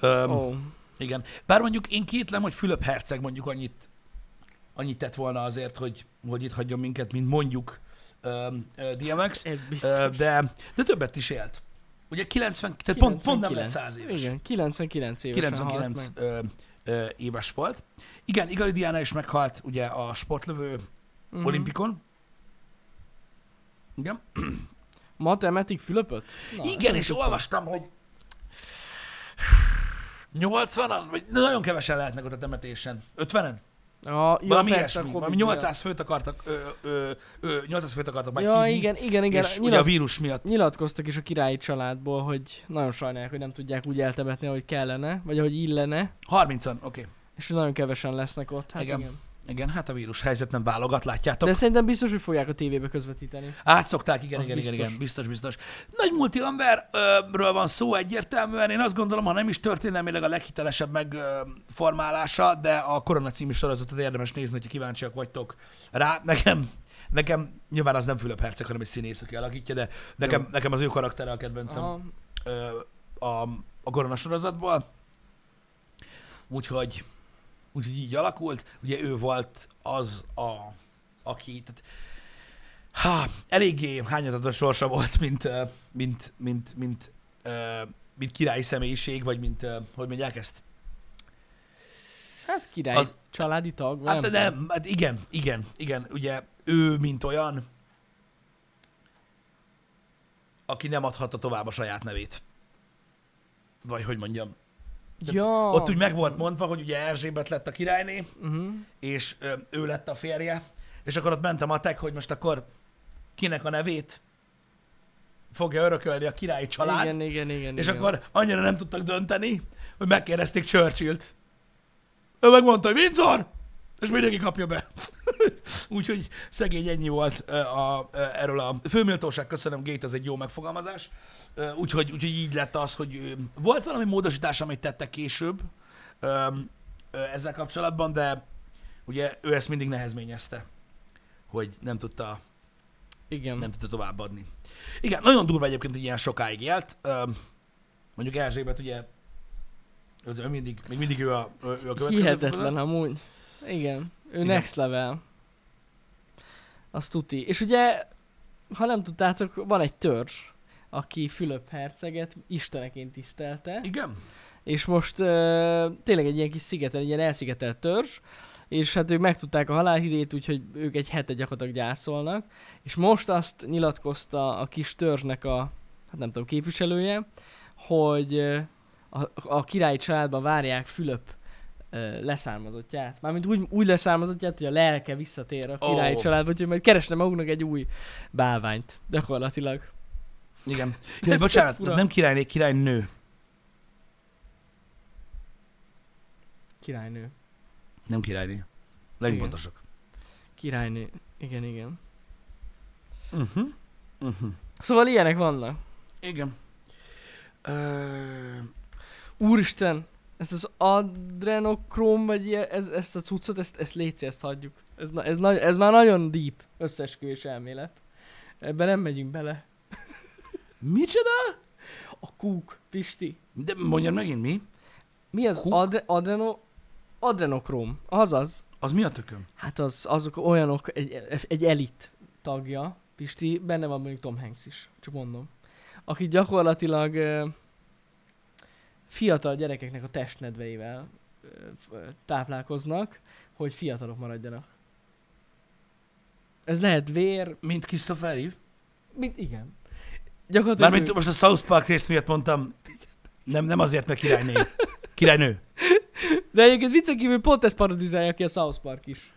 Speaker 1: Öm,
Speaker 2: Ó,
Speaker 1: Igen. Bár mondjuk én kétlem, hogy Fülöp herceg mondjuk annyit, annyit tett volna azért, hogy, hogy itt hagyjon minket, mint mondjuk öm, ö, DMX.
Speaker 2: ez
Speaker 1: Ö,
Speaker 2: biztos.
Speaker 1: de, de többet is élt. Ugye 90, tehát pont, pont nem lett 100 éves.
Speaker 2: Igen, 99 évesen
Speaker 1: 99
Speaker 2: halt meg.
Speaker 1: ö, ö, éves volt. Igen, Igali Diana is meghalt ugye a sportlövő
Speaker 2: Mhm.
Speaker 1: olimpikon. Igen,
Speaker 2: Matematik Fülöpöt? Na, ezt
Speaker 1: Igen
Speaker 2: nem
Speaker 1: és
Speaker 2: tudtam.
Speaker 1: olvastam, hogy 80-an, vagy nagyon kevesen lehetnek ott a temetésen. 50-en?
Speaker 2: Ah, ja,
Speaker 1: valami
Speaker 2: persze,
Speaker 1: ilyesmi.
Speaker 2: a
Speaker 1: Valami
Speaker 2: Covid
Speaker 1: 800 főt akartak, ö, ö, ö, 800 főt akartak
Speaker 2: miatt. Ja,
Speaker 1: meghívni.
Speaker 2: igen, igen, igen.
Speaker 1: És ugye a
Speaker 2: Nyilat,
Speaker 1: vírus miatt.
Speaker 2: nyilatkoztak is a királyi családból, hogy nagyon sajnálják, hogy nem tudják úgy eltemetni, ahogy kellene, vagy ahogy illene,
Speaker 1: 30-an, oké.
Speaker 2: és hogy nagyon kevesen lesznek ott. Hát
Speaker 1: Igen.
Speaker 2: igen.
Speaker 1: Igen, hát a vírus helyzet nem válogat, látjátok.
Speaker 2: De szerintem biztos, hogy fogják a tévébe közvetíteni.
Speaker 1: Átszokták, igen,
Speaker 2: Az
Speaker 1: igen, igen,
Speaker 2: biztos.
Speaker 1: igen, biztos, biztos. Nagy multiemberről van szó egyértelműen, én azt gondolom, ha nem is történelmileg a leghitelesebb megformálása, de a Korona című sorozatot érdemes nézni, hogyha kíváncsiak vagytok rá. Nekem, nekem nyilván az nem Fülöp Herceg, hanem egy színész, aki alakítja, de nekem,
Speaker 2: Jó.
Speaker 1: nekem az ő karaktere a kedvencem
Speaker 2: Aha.
Speaker 1: ö, a, a Korona sorozatból. Úgyhogy, úgyhogy így alakult. Ugye ő volt az, a, aki... Tehát, há, eléggé hányatatos sorsa volt, mint, ö, mint, mint, mint, mint, mint királyi személyiség, vagy mint, ö, hogy mondják ezt?
Speaker 2: Hát király,
Speaker 1: Az-
Speaker 2: az... családi tag, vagy
Speaker 1: Hát nem,
Speaker 2: tudom.
Speaker 1: nem, hát igen, igen, igen. Ugye ő, mint olyan, aki nem adhatta tovább a saját nevét. Vagy hogy mondjam. Tehát
Speaker 2: Ja.
Speaker 1: Ott úgy meg volt mondva, hogy ugye Erzsébet lett a királyné,
Speaker 2: Uh-huh.
Speaker 1: és ö, ő lett a férje, és akkor ott mentem a tek, hogy most akkor kinek a nevét fogja örökölni a királyi család,
Speaker 2: Igen, igen, igen.
Speaker 1: és
Speaker 2: igen.
Speaker 1: akkor annyira nem tudtak dönteni, hogy megkérdezték Churchill-t. Ő megmondta, hogy Windsor, és mindenki kapja be. [LAUGHS] Úgyhogy szegény ennyi volt ö, a, ö, erről a főméltóság, köszönöm, Gate, ez egy jó megfogalmazás. Ö, Úgyhogy, úgyhogy így lett az, hogy ö, volt valami módosítás, amit tettek később ö, ö, ezzel kapcsolatban, de ugye ő ezt mindig nehezményezte, hogy nem tudta
Speaker 2: Igen.
Speaker 1: nem tudta továbbadni. Igen, nagyon durva egyébként, hogy ilyen sokáig élt. Öm, Mondjuk Erzsébet ugye, az ő mindig, még mindig ő a, ő a következő
Speaker 2: Hihetetlen
Speaker 1: fokozat.
Speaker 2: amúgy. Igen. Ő
Speaker 1: Igen.
Speaker 2: Igen. next level. Azt tuti. És ugye, ha nem tudtátok, van egy törzs, aki Fülöp herceget isteneként tisztelte,
Speaker 1: Igen?
Speaker 2: és most ö, tényleg egy ilyen kis szigeten, egy ilyen elszigetelt törzs, és hát ők megtudták a halálhírét, úgyhogy ők egy hete gyakorlatilag gyászolnak, és most azt nyilatkozta a kis törzsnek a, hát nem tudom, képviselője, hogy ö, a, a királyi családban várják Fülöp ö, leszármazottját. Mármint úgy, úgy leszármazottját, hogy a lelke visszatér a királyi
Speaker 1: Ó.
Speaker 2: oh. családba, úgyhogy majd keresne magunknak egy új bálványt, gyakorlatilag. [LAUGHS]
Speaker 1: Igen.
Speaker 2: tök
Speaker 1: Igen bocsánat,
Speaker 2: fura.
Speaker 1: ez nem királyné, királynő.
Speaker 2: Királynő.
Speaker 1: Nem királyné.
Speaker 2: Igen.
Speaker 1: Legyünk pontosak.
Speaker 2: Királynő. Igen, igen.
Speaker 1: Uh-huh. Uh-huh.
Speaker 2: Szóval ilyenek vannak.
Speaker 1: Igen. Ö...
Speaker 2: Úristen, ez az adrenokrom, vagy ilyen, ez, ezt a cuccot, ezt, ezt léci, ezt hagyjuk. Ez, na, ez, na, ez már nagyon deep összeesküvés elmélet. Ebben nem megyünk bele.
Speaker 1: Micsoda?
Speaker 2: A Kúk, Pisti.
Speaker 1: De mondjad megint mi?
Speaker 2: Mi az
Speaker 1: Kuk?
Speaker 2: adre, adreno, adrenokróm? Azaz.
Speaker 1: Az mi a tököm?
Speaker 2: Hát az, azok olyanok, egy, egy elit tagja, Pisti, benne van mondjuk Tom Hanks is, csak mondom. Aki gyakorlatilag ö, fiatal gyerekeknek a testnedveivel ö, f- ö, táplálkoznak, hogy fiatalok maradjanak. Ez lehet vér,
Speaker 1: Mint Christopher Reeve?
Speaker 2: mint igen. Gyakorlatilag
Speaker 1: Mármint
Speaker 2: ők-
Speaker 1: most a South Park rész miatt mondtam, nem, nem azért, mert királynő. Királynő.
Speaker 2: De egyébként viccen kívül pont ezt parodizálja ki a South Park is.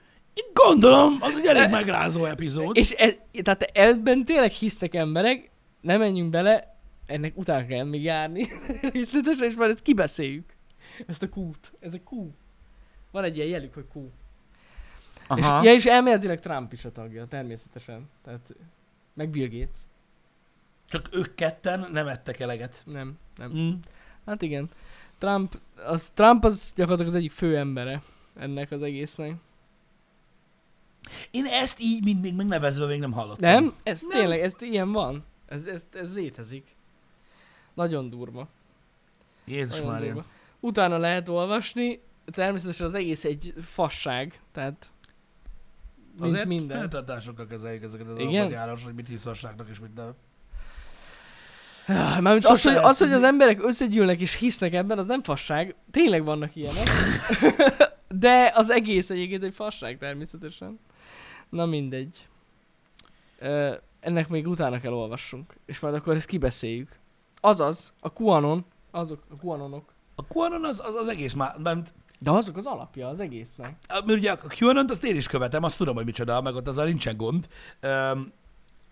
Speaker 1: Gondolom, az egy elég megrázó epizód.
Speaker 2: És ez, tehát ebben tényleg hisznek emberek, nem menjünk bele, ennek utána kell még járni. [LAUGHS] Részletesen, és már ezt kibeszéljük. Ezt a kút. Ez a kú. Van egy ilyen jelük, hogy kú. És,
Speaker 1: Aha.
Speaker 2: ja, és elméletileg Trump is a tagja, természetesen. Tehát, meg Bill Gates.
Speaker 1: Csak ők ketten nem ettek eleget.
Speaker 2: Nem, nem.
Speaker 1: Mm.
Speaker 2: Hát igen. Trump az, Trump az gyakorlatilag az egyik fő embere ennek az egésznek.
Speaker 1: Én ezt így, mint még megnevezve még nem hallottam.
Speaker 2: Nem? Ez nem. tényleg, ez ilyen van. Ez, ez, ez létezik. Nagyon durva.
Speaker 1: Jézus
Speaker 2: Nagyon
Speaker 1: Mária.
Speaker 2: durva. Utána lehet olvasni, természetesen az egész egy fasság, tehát mint
Speaker 1: Azért minden.
Speaker 2: minden.
Speaker 1: fenntartásokkal kezeljük ezeket az
Speaker 2: Igen?
Speaker 1: alapjárás, hogy mit hiszasságnak és mit nem.
Speaker 2: Ah, Mármint az,
Speaker 1: Sose
Speaker 2: hogy,
Speaker 1: lehet
Speaker 2: az, hogy az
Speaker 1: tudni.
Speaker 2: emberek összegyűlnek és hisznek ebben, az nem fasság. Tényleg vannak ilyenek. [LAUGHS] De az egész egyébként egy fasság természetesen. Na mindegy. Ö, ennek még utána kell olvassunk, és majd akkor ezt kibeszéljük. Azaz, a QAnon, azok, a QAnonok.
Speaker 1: A QAnon az, az, az egész már, mert,
Speaker 2: De azok az alapja az egésznek.
Speaker 1: mert ugye a QAnon-t azt én is követem, azt tudom, hogy micsoda, meg ott azzal nincsen gond. Öm,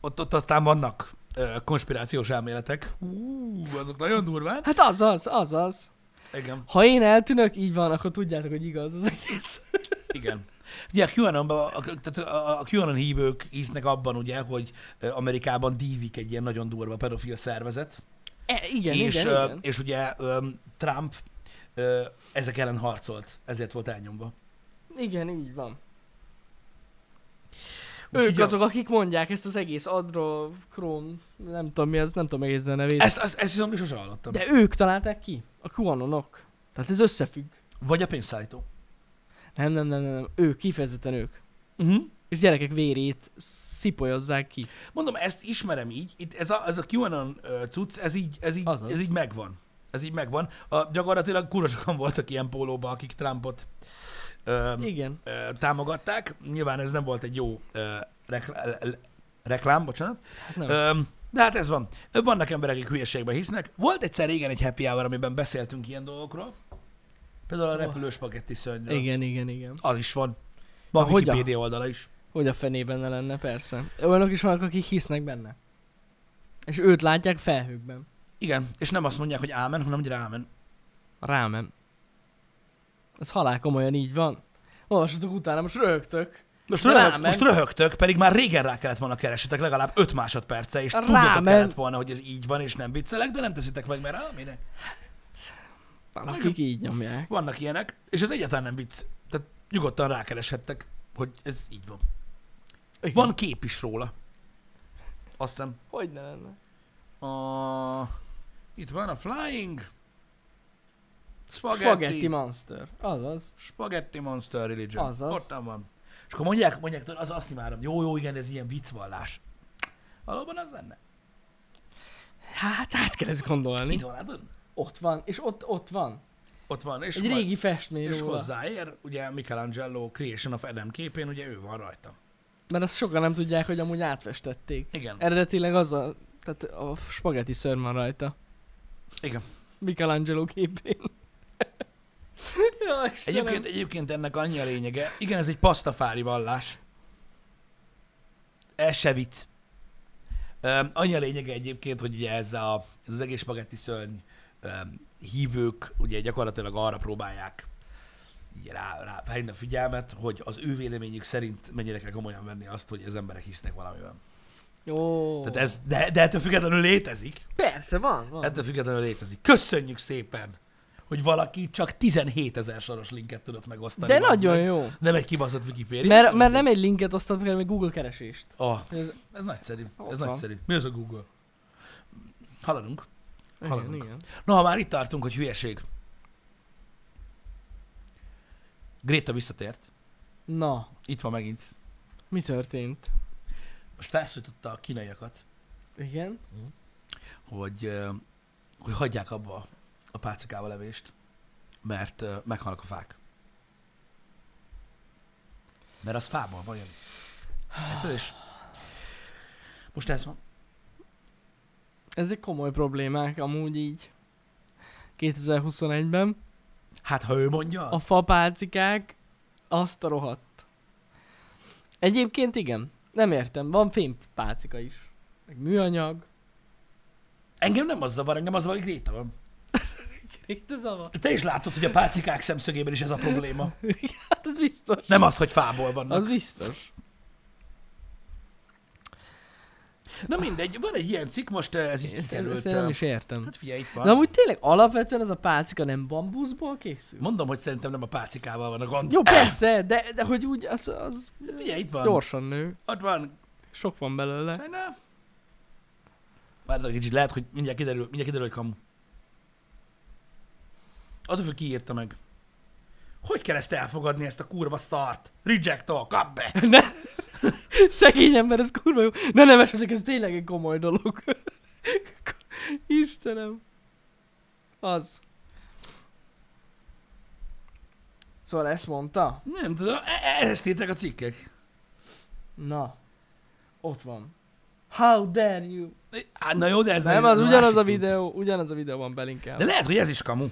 Speaker 1: ott, ott aztán vannak ö, konspirációs elméletek. Hú, azok nagyon durván.
Speaker 2: Hát az az, az az.
Speaker 1: Igen.
Speaker 2: Ha én eltűnök, így van, akkor tudjátok, hogy igaz az egész.
Speaker 1: Igen. Ugye a QAnon, a, tehát a, a QAnon hívők hisznek abban, ugye, hogy ö, Amerikában dívik egy ilyen nagyon durva pedofil szervezet.
Speaker 2: E, igen,
Speaker 1: és,
Speaker 2: igen,
Speaker 1: ö,
Speaker 2: igen.
Speaker 1: és ugye ö, Trump ö, ezek ellen harcolt, ezért volt elnyomva.
Speaker 2: Igen, így van.
Speaker 1: Úgyhogy
Speaker 2: Ők
Speaker 1: a-
Speaker 2: azok, akik mondják ezt az egész Adro, Kron, nem tudom mi az, nem tudom egész a nevét.
Speaker 1: Ezt, ezt, ezt viszont még sose hallottam. De...
Speaker 2: De ők találták ki, a QAnonok. Tehát ez összefügg.
Speaker 1: Vagy a pénzszállító.
Speaker 2: Nem, nem, nem, nem, nem. ők, kifejezetten ők.
Speaker 1: Uh-huh.
Speaker 2: És gyerekek vérét szipolyozzák ki.
Speaker 1: Mondom, ezt ismerem így. Itt ez a, ez a QAnon ö, cucc, ez így, ez, így,
Speaker 2: Azaz.
Speaker 1: ez így megvan. Ez így megvan. A, gyakorlatilag kurosokan voltak ilyen pólóba, akik Trumpot ö,
Speaker 2: Igen.
Speaker 1: ö, támogatták. Nyilván ez nem volt egy jó ö, reklá, l- l- reklám, bocsánat.
Speaker 2: Hát nem.
Speaker 1: Ö, de hát ez van. Ö, Vannak emberek, akik hülyeségbe hisznek. Volt egyszer régen egy happy hour, amiben beszéltünk ilyen dolgokról. Például a
Speaker 2: Oh.
Speaker 1: repülős spagetti szörnyről.
Speaker 2: Igen, igen, igen.
Speaker 1: Az is van. Van
Speaker 2: Na, hogy a-
Speaker 1: Wikipédia oldala is.
Speaker 2: Hogy a fenében ne lenne, persze. Olyanok is vannak, akik hisznek benne. És őt látják felhőkben.
Speaker 1: Igen, és nem azt mondják, hogy ámen, hanem hogy rámen.
Speaker 2: Rámen. Ez halál komolyan így van. Olvassatok utána, most rögtök.
Speaker 1: Most,
Speaker 2: Rámen.
Speaker 1: röhög, most röhögtök, pedig már régen rá kellett volna keresetek legalább 5 másodperce, és
Speaker 2: Rámen.
Speaker 1: tudnotok kellett volna, hogy ez így van, és nem viccelek, de nem teszitek meg, mert á, minek?
Speaker 2: Van, akik így nyomják.
Speaker 1: Vannak ilyenek, és ez egyáltalán nem vicc. Tehát nyugodtan rákereshettek, hogy ez így van.
Speaker 2: Igen.
Speaker 1: Van kép is róla. Azt hiszem.
Speaker 2: Hogy ne lenne?
Speaker 1: A... Itt van a Flying Spaghetti,
Speaker 2: Spaghetti Monster. Azaz.
Speaker 1: spaghetti Monster Religion.
Speaker 2: Azaz.
Speaker 1: Ott van. És akkor mondják, mondják, tudod, az azt imádom, jó, jó, igen, ez ilyen viccvallás. Valóban az lenne.
Speaker 2: Hát át kell ezt gondolni.
Speaker 1: Itt van, látod?
Speaker 2: Ott van, és ott, ott van.
Speaker 1: Ott van, és,
Speaker 2: Egy
Speaker 1: majd-
Speaker 2: régi festmény
Speaker 1: és
Speaker 2: róla.
Speaker 1: hozzáér, ugye Michelangelo Creation of Adam képén, ugye ő van rajta.
Speaker 2: Mert azt sokan nem tudják, hogy amúgy átfestették.
Speaker 1: Igen.
Speaker 2: Eredetileg az a... Tehát a spagetti ször van rajta.
Speaker 1: Igen.
Speaker 2: Michelangelo képén. [LAUGHS] Jaj, Istenem.
Speaker 1: Egyébként, egyébként ennek annyi a lényege. Igen, ez egy pasztafári vallás. Ez se vicc. Um, annyi a lényege egyébként, hogy ugye ez, a, ez az egész spagetti szörny um, hívők ugye gyakorlatilag arra próbálják így rá, rá felhívni a figyelmet, hogy az ő véleményük szerint mennyire kell komolyan venni azt, hogy az emberek hisznek valamiben.
Speaker 2: Ó.
Speaker 1: Tehát ez, de, de ettől függetlenül létezik.
Speaker 2: Persze, van, van.
Speaker 1: Ettől függetlenül létezik. Köszönjük szépen, hogy valaki csak 17 ezer soros linket tudott megosztani.
Speaker 2: De
Speaker 1: bazd
Speaker 2: nagyon
Speaker 1: meg.
Speaker 2: jó.
Speaker 1: Nem egy kibaszott Wikipédia.
Speaker 2: Mert, mert nem egy linket osztott, hanem egy Google keresést.
Speaker 1: Oh, ez,
Speaker 2: ez-
Speaker 1: ez nagyszerű.
Speaker 2: Ott
Speaker 1: Ez
Speaker 2: van.
Speaker 1: nagyszerű. Mi az a Google? Haladunk.
Speaker 2: Igen,
Speaker 1: haladunk.
Speaker 2: igen.
Speaker 1: No, ha már itt tartunk, hogy hülyeség. Gréta visszatért.
Speaker 2: Na,
Speaker 1: Itt van megint.
Speaker 2: mi történt?
Speaker 1: Most felszólította a kínaiakat,
Speaker 2: Igen?
Speaker 1: hogy, ö, hogy hagyják abba a pácikával levést, mert ö, meghalnak a fák. Mert az fából van jön. Hát, és most ez van.
Speaker 2: Ezek komoly problémák amúgy így. 2021-ben
Speaker 1: Hát, ha ő mondja,
Speaker 2: a fapálcikák azt a rohadt. Egyébként igen, nem értem, van fémpálcika is. Meg műanyag.
Speaker 1: engem nem az zavar, engem az zavar, hogy Gréta van.
Speaker 2: Itt ez a
Speaker 1: Te is látod, hogy a pácikák szemszögében is ez a probléma.
Speaker 2: Hát ez biztos.
Speaker 1: Nem az, hogy fából vannak.
Speaker 2: Az biztos.
Speaker 1: Na mindegy, van egy ilyen cikk, most eh, ez így
Speaker 2: Ezt, ezt,
Speaker 1: kikerült.
Speaker 2: ezt én nem
Speaker 1: eh,
Speaker 2: is értem.
Speaker 1: Hát figyelj, itt van.
Speaker 2: De amúgy tényleg alapvetően az a pálcika nem bambuszból készül?
Speaker 1: Mondom, hogy szerintem nem a pácikával van a gond. Hát
Speaker 2: Jó, persze, de, de hogy úgy, az, az
Speaker 1: Figyelj, itt van.
Speaker 2: gyorsan nő.
Speaker 1: Ott van.
Speaker 2: Sok van belőle.
Speaker 1: Csajna. Várj, egy kicsit, lehet, hogy mindjárt kiderül, mindjárt kiderül, hogy kamu. Attól függ, ki írta meg. Hogy kell ezt elfogadni, ezt a kurva szart? Rejectol, kap be!
Speaker 2: [LAUGHS] Szegény ember, ez kurva jó. Ne nevesetek, ez tényleg egy komoly dolog. [LAUGHS] Istenem. Az. Szóval ezt mondta?
Speaker 1: Nem tudom, e- e- ezt írták a cikkek.
Speaker 2: Na. Ott van. How dare you?
Speaker 1: Hát, na jó, de ez
Speaker 2: Nem,
Speaker 1: ez
Speaker 2: az ugyanaz
Speaker 1: másik
Speaker 2: a
Speaker 1: cucc.
Speaker 2: videó, ugyanaz a videó van
Speaker 1: De
Speaker 2: belinkelve.
Speaker 1: lehet, hogy ez is kamu.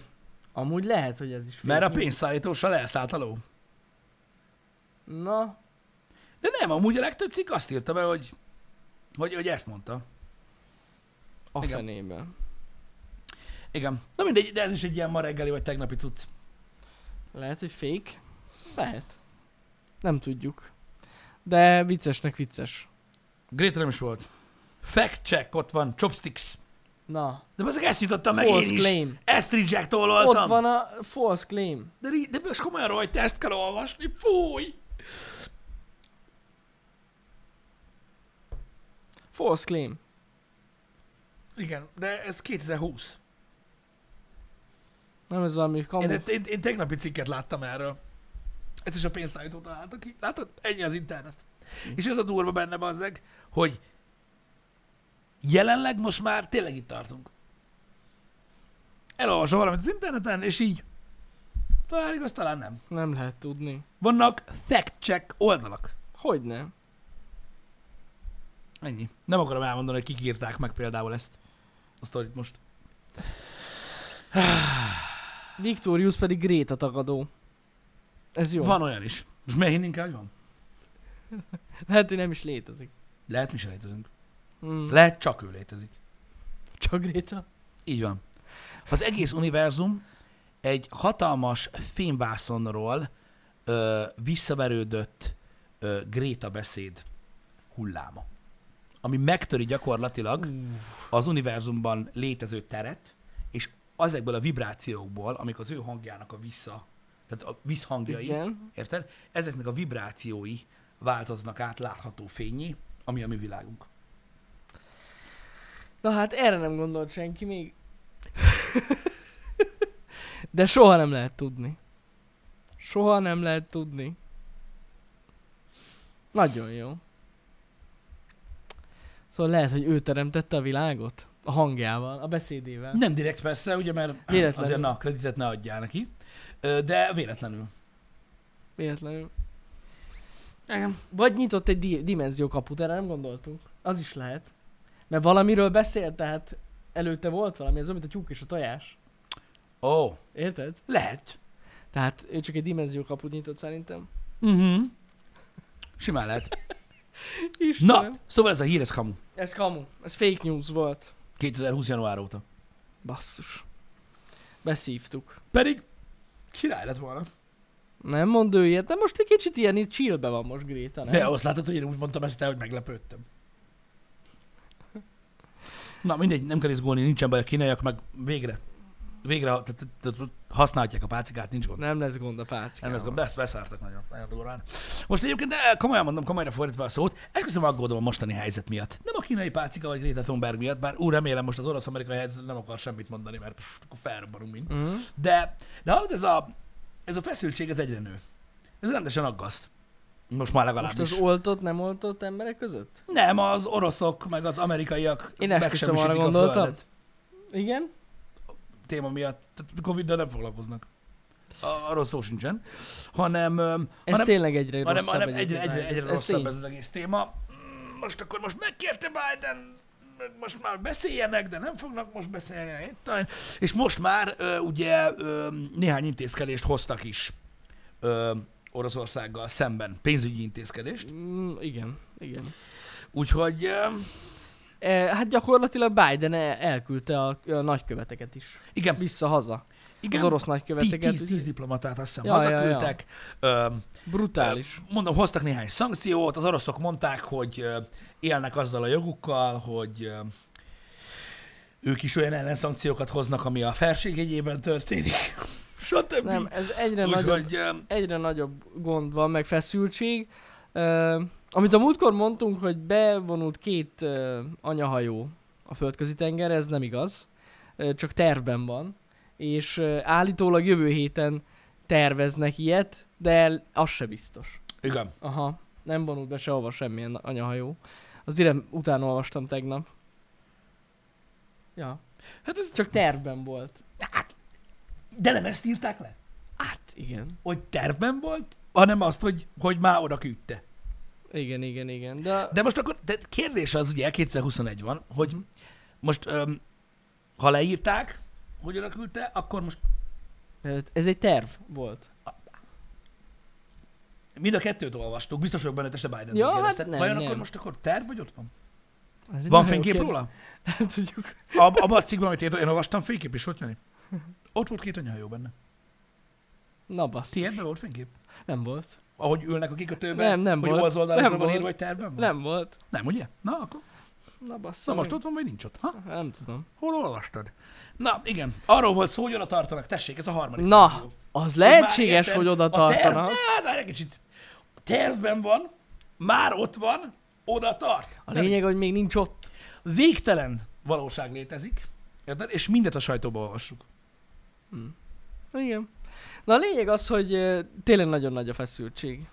Speaker 2: Amúgy lehet, hogy ez is fake
Speaker 1: Mert a
Speaker 2: news.
Speaker 1: pénzszállítóssal elszállt a ló.
Speaker 2: Na,
Speaker 1: De nem, amúgy a legtöbb cikk azt írta be, hogy, hogy, hogy ezt mondta.
Speaker 2: a
Speaker 1: Igen.
Speaker 2: fenébe.
Speaker 1: Igen. Na mindegy, de ez is egy ilyen ma reggeli vagy tegnapi cucc.
Speaker 2: Lehet, hogy fake? Lehet. Nem tudjuk. De viccesnek vicces.
Speaker 1: Great nem is volt. Fact check, ott van, chopsticks.
Speaker 2: Na,
Speaker 1: De ezek ezt jutottam meg
Speaker 2: false
Speaker 1: én is.
Speaker 2: claim.
Speaker 1: Ezt
Speaker 2: Ott
Speaker 1: rejectololtam.
Speaker 2: van a false claim.
Speaker 1: De, ri- de most komolyan rajta ezt kell olvasni, fúj!
Speaker 2: False claim.
Speaker 1: Igen, de ez 2020.
Speaker 2: Nem ez valami kamu.
Speaker 1: Én, én, én, tegnapi cikket láttam erről. Ez is a pénztállító találta ki. Látod? Ennyi az internet. És ez a durva benne, bazzeg, hogy jelenleg most már tényleg itt tartunk. Elolvasom valamit az interneten, és így talán igaz, talán nem.
Speaker 2: Nem lehet tudni.
Speaker 1: Vannak fact-check oldalak.
Speaker 2: Hogy nem?
Speaker 1: Ennyi. Nem akarom elmondani, hogy kik írták meg például ezt a sztorit most.
Speaker 2: Victorious pedig Gréta tagadó. Ez jó.
Speaker 1: Van olyan is. Most miért hinnénk el, hogy van?
Speaker 2: Lehet, hogy nem is létezik.
Speaker 1: Lehet mi sem létezünk.
Speaker 2: Mm.
Speaker 1: Lehet csak ő létezik.
Speaker 2: Csak Gréta?
Speaker 1: Így van. Az egész univerzum egy hatalmas fémvászonról ö, visszaverődött ö, Gréta beszéd hulláma, ami megtöri gyakorlatilag az univerzumban létező teret, és azekből a vibrációkból, amik az ő hangjának a vissza, tehát a visszhangjai,
Speaker 2: Igen.
Speaker 1: érted? Ezeknek a vibrációi változnak át látható fényé, ami a mi világunk.
Speaker 2: Na hát erre nem gondolt senki még. [LAUGHS] De soha nem lehet tudni. Soha nem lehet tudni. Nagyon jó. Szóval lehet, hogy ő teremtette a világot? A hangjával, a beszédével.
Speaker 1: Nem direkt persze, ugye, mert
Speaker 2: Véletlenül.
Speaker 1: azért na, kreditet ne adjál neki, Ö, de véletlenül.
Speaker 2: Véletlenül.
Speaker 1: Igen.
Speaker 2: Vagy nyitott egy di- dimenzió kaput, erre nem gondoltunk. Az is lehet. Mert valamiről beszélt, tehát előtte volt valami, ez olyan, mint a tyúk és a tojás.
Speaker 1: Ó,
Speaker 2: Érted?
Speaker 1: lehet.
Speaker 2: Tehát ő csak egy dimenzió kaput nyitott szerintem.
Speaker 1: Uh-huh. Simán lehet.
Speaker 2: Istenem.
Speaker 1: Na, szóval ez a hír, ez kamu.
Speaker 2: Ez kamu. Ez fake news volt.
Speaker 1: 2020. január óta.
Speaker 2: Basszus. Beszívtuk.
Speaker 1: Pedig király lett volna.
Speaker 2: Nem mond ő ilyet, de most egy kicsit ilyen így chillbe van most Gréta, nem?
Speaker 1: De azt látod, hogy én úgy mondtam ezt el, hogy meglepődtem. Na mindegy, nem kell izgulni, nincsen baj a kínaiak, meg végre. végre tehát- tehát- tehát használhatják a pácikát, nincs gond.
Speaker 2: Nem lesz gond a pácikával.
Speaker 1: Nem lesz gond, besz, beszártak nagyon, nagyon durván. Most egyébként, de komolyan mondom, komolyra fordítva a szót, esküszöm aggódom a mostani helyzet miatt. Nem a kínai pácika vagy Greta Thunberg miatt, bár úr, remélem most az orosz-amerikai helyzet nem akar semmit mondani, mert pff, akkor felrobbanunk mind.
Speaker 2: Mm.
Speaker 1: De, de hallod, ez a, ez a feszültség, ez egyre nő. Ez rendesen aggaszt. Most már
Speaker 2: Most
Speaker 1: legalábbis.
Speaker 2: az oltott, nem oltott emberek között?
Speaker 1: Nem, az oroszok, meg az amerikaiak
Speaker 2: Én esküszöm arra
Speaker 1: megsemmisítik a
Speaker 2: gondoltam.
Speaker 1: földet
Speaker 2: Igen?
Speaker 1: téma miatt. Tehát Covid-dal nem foglalkoznak. A- Arról szó sincsen. Hanem, öm,
Speaker 2: Ez
Speaker 1: hanem
Speaker 2: tényleg egyre
Speaker 1: hanem,
Speaker 2: rosszabb.
Speaker 1: hanem egyre,
Speaker 2: egyébként a
Speaker 1: egyre,
Speaker 2: helyzet.
Speaker 1: egyre
Speaker 2: Ez
Speaker 1: rosszabb
Speaker 2: tény.
Speaker 1: ez az egész téma. Mm, Most akkor most megkérte Biden, meg most már beszéljenek, de nem fognak most beszélni. Itt a- És most már ö, ugye ö, néhány intézkedést hoztak is ö, Oroszországgal szemben, pénzügyi intézkedést.
Speaker 2: Mm, igen, igen.
Speaker 1: Úgyhogy ö,
Speaker 2: E, hát gyakorlatilag Biden el- elküldte a, a nagyköveteket is.
Speaker 1: igen,
Speaker 2: Vissza haza.
Speaker 1: igen.
Speaker 2: Igen. Az orosz
Speaker 1: Ti-
Speaker 2: nagyköveteket.
Speaker 1: tíz,
Speaker 2: ugye?
Speaker 1: tíz diplomatát azt hiszem
Speaker 2: Ja,
Speaker 1: ja,
Speaker 2: ja, ja.
Speaker 1: hazaküldtek. Ja, ja.
Speaker 2: Brutális.
Speaker 1: Mondom, hoztak néhány szankciót, az oroszok mondták, hogy ö, élnek azzal a jogukkal, hogy ö, ők is olyan ellenszankciókat hoznak, ami a felség egyében történik, [LAUGHS] stb.
Speaker 2: Nem, ez egyre nagyobb
Speaker 1: Úgyhogy ö,
Speaker 2: egyre nagyobb gond van, meg feszültség. Ö, amit a múltkor mondtunk, hogy bevonult két ö, anyahajó a földközi tenger, ez nem igaz, ö, csak tervben van, és ö, állítólag jövő héten terveznek ilyet, de el- az se biztos.
Speaker 1: igen,
Speaker 2: Aha, nem vonult be sehova semmilyen anyahajó. Az direkt utána olvastam tegnap. Ja,
Speaker 1: hát ez,
Speaker 2: csak tervben volt.
Speaker 1: hát, de nem ezt írták le,
Speaker 2: Hát igen.
Speaker 1: hogy tervben volt, hanem azt, hogy, hogy már oda küldte.
Speaker 2: Igen, igen, igen. De,
Speaker 1: De most akkor, de kérdés az ugye 2021 van, hogy
Speaker 2: Mhm.
Speaker 1: most öm, ha leírták, hogy oda küldte, akkor most
Speaker 2: de Hát ez egy terv volt.
Speaker 1: Mind a kettőt olvastuk, biztos vagyok benne, te se biden
Speaker 2: Ja,
Speaker 1: ja, hát
Speaker 2: hát nem,
Speaker 1: Vajon
Speaker 2: nem.
Speaker 1: akkor most akkor terv vagy ott van?
Speaker 2: Ez egy
Speaker 1: Van
Speaker 2: nagyon
Speaker 1: fénykép
Speaker 2: kérdés.
Speaker 1: róla?
Speaker 2: Nem tudjuk.
Speaker 1: Ab, abban a cikkben, amit én, én olvastam, fénykép is ott van. Ott volt két anyahajó benne.
Speaker 2: Na basszus.
Speaker 1: Tiédben volt fénykép?
Speaker 2: Nem volt.
Speaker 1: Ahogy ülnek a kikötőben,
Speaker 2: Nem, nem
Speaker 1: hogy
Speaker 2: volt.
Speaker 1: az oldalakra
Speaker 2: Nem
Speaker 1: van
Speaker 2: volt.
Speaker 1: írva, hogy tervben van?
Speaker 2: Nem volt.
Speaker 1: Nem, ugye? Na, akkor
Speaker 2: Na
Speaker 1: szóval
Speaker 2: basszus.
Speaker 1: most ott van, vagy nincs ott. Ha?
Speaker 2: Nem tudom.
Speaker 1: Hol olvastad? Na, igen. Arról volt szó, hogy oda tartanak. Tessék, ez a harmadik
Speaker 2: Na,
Speaker 1: verzió.
Speaker 2: az
Speaker 1: Hogy már
Speaker 2: lehetséges,
Speaker 1: érted,
Speaker 2: hogy oda
Speaker 1: A terv,
Speaker 2: tartanak.
Speaker 1: Na, hát várj egy kicsit. A tervben van, már ott van, oda tart.
Speaker 2: A lényeg, hogy még nincs ott.
Speaker 1: végtelen valóság létezik, érted? És mindet a sajtóba olvassuk.
Speaker 2: Igen. Na a lényeg az, hogy ö, tényleg nagyon nagy a feszültség.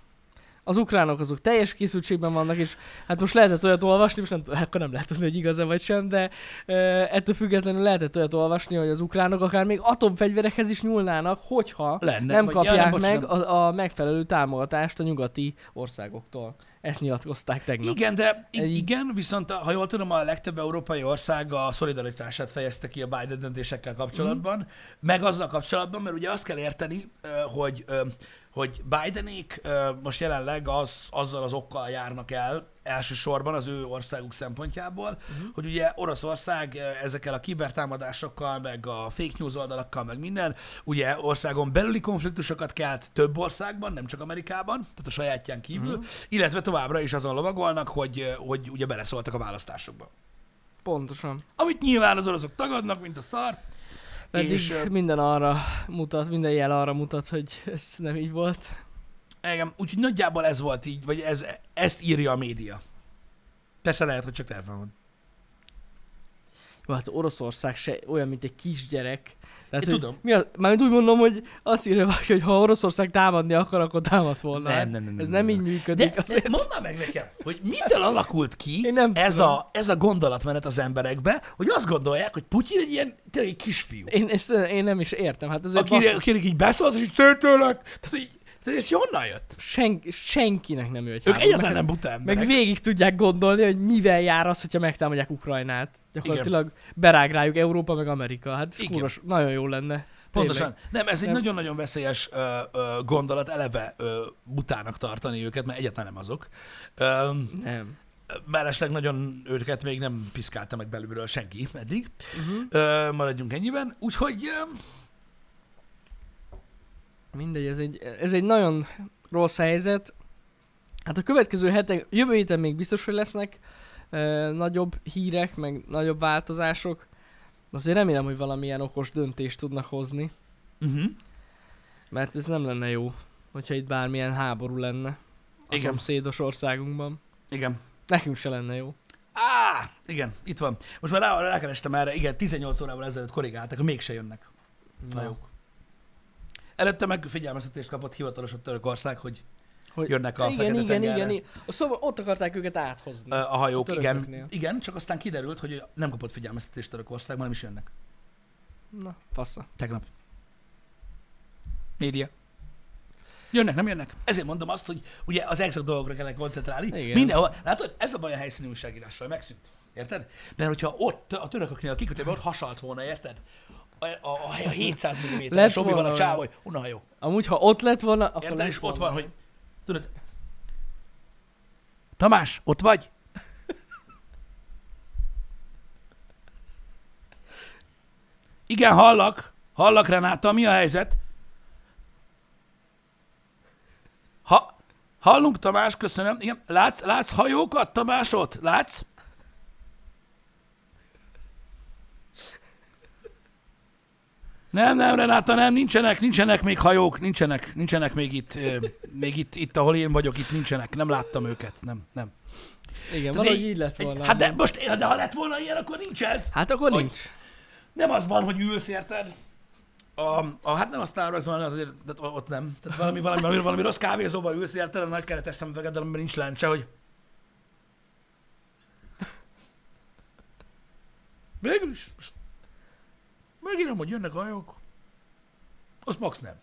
Speaker 2: Az ukránok azok teljes készültségben vannak, és hát most lehetett olyat olvasni, most nem, t- hát akkor nem lehet tudni, hogy igaz-e vagy sem, de ö, ettől függetlenül lehetett olyat olvasni, hogy az ukránok akár még atomfegyverekhez is nyúlnának, hogyha
Speaker 1: Lenne,
Speaker 2: nem
Speaker 1: vagy-
Speaker 2: kapják
Speaker 1: ja, nem, bocs,
Speaker 2: meg
Speaker 1: nem.
Speaker 2: a, a megfelelő támogatást a nyugati országoktól. Ezt nyilatkozták tegnap.
Speaker 1: Igen, de i-
Speaker 2: Egy-
Speaker 1: igen, viszont a- ha jól tudom, a legtöbb európai ország a szolidaritását fejezte ki a Biden döntésekkel
Speaker 2: Mhm.
Speaker 1: kapcsolatban, meg azzal kapcsolatban, mert ugye azt kell érteni, ö, hogy ö, hogy Bidenék ö, most jelenleg az, azzal az okkal járnak el, elsősorban az ő országuk szempontjából,
Speaker 2: Mhm.
Speaker 1: uh-huh. hogy ugye Oroszország ö, ezekkel a kibertámadásokkal, meg a fake news oldalakkal, meg minden, ugye országon belüli konfliktusokat kelt több országban, nem csak Amerikában, tehát a sajátján kívül,
Speaker 2: Mhm.
Speaker 1: uh-huh. illetve továbbra is azon lovagolnak, hogy, ö, hogy ugye beleszóltak a választásokba.
Speaker 2: Pontosan.
Speaker 1: Amit nyilván az oroszok tagadnak, mint a szar,
Speaker 2: Eddig
Speaker 1: és ö,
Speaker 2: minden arra mutat, minden jel arra mutat, hogy ez nem így volt.
Speaker 1: Igen, úgyhogy nagyjából ez volt így, vagy ez, ezt írja a média. Persze lehet, hogy csak terve van.
Speaker 2: Jó, hát Oroszország se olyan, mint egy kisgyerek. Tehát,
Speaker 1: Én
Speaker 2: hogy
Speaker 1: tudom.
Speaker 2: Mi a, mármint úgy mondom, hogy azt írja valaki, hogy ha Oroszország támadni akar, akkor támad volna.
Speaker 1: Nem,
Speaker 2: Hát
Speaker 1: nem, nem, nem,
Speaker 2: Ez nem
Speaker 1: nem,
Speaker 2: így működik.
Speaker 1: De,
Speaker 2: De,
Speaker 1: de
Speaker 2: azért.
Speaker 1: mondd már meg nekem, hogy mitől alakult ki
Speaker 2: Én nem
Speaker 1: ez,
Speaker 2: tudom.
Speaker 1: a, ez a gondolatmenet az emberekbe, hogy azt gondolják, hogy Putyin egy ilyen tényleg egy kisfiú.
Speaker 2: Én, ezt, én nem is értem. Hát ezért
Speaker 1: Akire,
Speaker 2: basszus,
Speaker 1: akinek így beszólt, és így szőtőlök. Tehát, így, tehát ez honnan jött?
Speaker 2: sen, senkinek nem jött
Speaker 1: Ők
Speaker 2: háború.
Speaker 1: egyáltalán
Speaker 2: Meg-
Speaker 1: nem buta emberek.
Speaker 2: Hát, Meg végig tudják gondolni, hogy mivel jár az, hogyha megtámadják Ukrajnát. Gyakorlatilag berág rájuk Európa meg Amerika. Hát ez
Speaker 1: Igen.
Speaker 2: kúros, nagyon jó lenne.
Speaker 1: Pontosan.
Speaker 2: Tényleg.
Speaker 1: Nem, ez egy
Speaker 2: Nem.
Speaker 1: nagyon-nagyon veszélyes ö, ö, gondolat, eleve ö, butának tartani őket, mert egyáltalán nem azok. Ö,
Speaker 2: Nem.
Speaker 1: Mellesleg nagyon őket még nem piszkálta meg belülről senki eddig.
Speaker 2: Mhm.
Speaker 1: Uh-huh. Ö, maradjunk ennyiben. Úgyhogy ö,
Speaker 2: Mindegy, ez egy, ez egy nagyon rossz helyzet. Hát a következő hetek, jövő héten még biztos, hogy lesznek ö, nagyobb hírek, meg nagyobb változások, Azért remélem, hogy valamilyen okos döntést tudnak hozni, Mhm.
Speaker 1: Uh-huh.
Speaker 2: mert ez nem lenne jó, hogyha itt bármilyen háború lenne a
Speaker 1: Igen.
Speaker 2: szomszédos országunkban.
Speaker 1: Igen.
Speaker 2: Nekünk se lenne jó.
Speaker 1: Á, igen, itt van. Most már rá, rákerestem erre, igen, 18 órával ezelőtt korrigáltak, mégse jönnek hajók. Előtte meg figyelmeztetést kapott hivatalosan Törökország, hogy
Speaker 2: Hogy...
Speaker 1: jönnek a
Speaker 2: igen, igen,
Speaker 1: Fekete-tengerre.
Speaker 2: igen, igen. Szóval ott akarták őket áthozni.
Speaker 1: Ö, a hajók,
Speaker 2: A
Speaker 1: igen.
Speaker 2: törököknél.
Speaker 1: Igen, csak aztán kiderült, hogy nem kapott figyelmeztetést Törökországban, nem is jönnek.
Speaker 2: Na, fasza.
Speaker 1: Tegnap. Média. Jönnek, nem jönnek. Ezért mondom azt, hogy ugye az exakt dolgokra kellene koncentrálni. Igen.
Speaker 2: Igen.
Speaker 1: Mindenhol. Látod, ez a baj a helyszíni újságírással, megszűnt. Érted? Mert hogyha ott, a törököknél a kikötőben ott hasalt volna, érted? A, a, a, a 700 mm, a
Speaker 2: Lett
Speaker 1: Sobival
Speaker 2: volna
Speaker 1: a
Speaker 2: olyan.
Speaker 1: csávó, hogy unna hajó.
Speaker 2: Amúgy, ha ott lett volna, akkor
Speaker 1: Érted?
Speaker 2: lett
Speaker 1: És ott van,
Speaker 2: volna.
Speaker 1: hogy tudod, Tamás, ott vagy? Igen, hallak. Hallak, Renáta, mi a helyzet? Ha, hallunk, Tamás, köszönöm. Igen, látsz, látsz hajókat, Tamás, ott? Látsz? Nem, nem, Renáta, nem, nincsenek, nincsenek még hajók, nincsenek, nincsenek még itt, ö, még itt, itt, ahol én vagyok, itt nincsenek, nem láttam őket, nem, nem.
Speaker 2: Igen,
Speaker 1: Tehát
Speaker 2: valahogy
Speaker 1: egy-
Speaker 2: így lett volna.
Speaker 1: Egy, hát de most, de ha lett volna ilyen, akkor nincs ez.
Speaker 2: hát akkor
Speaker 1: hogy-
Speaker 2: nincs.
Speaker 1: Nem az van, hogy ülsz, érted? A, a, hát nem a Star Wars van, azért, de ott nem. Tehát valami, valami, valami, valami rossz kávézóban ülsz, érted? A nagy keretes szemüvegeddel, amiben nincs lencse, hogy... Végül is, most megírom, hogy jönnek hajók. Az max nem.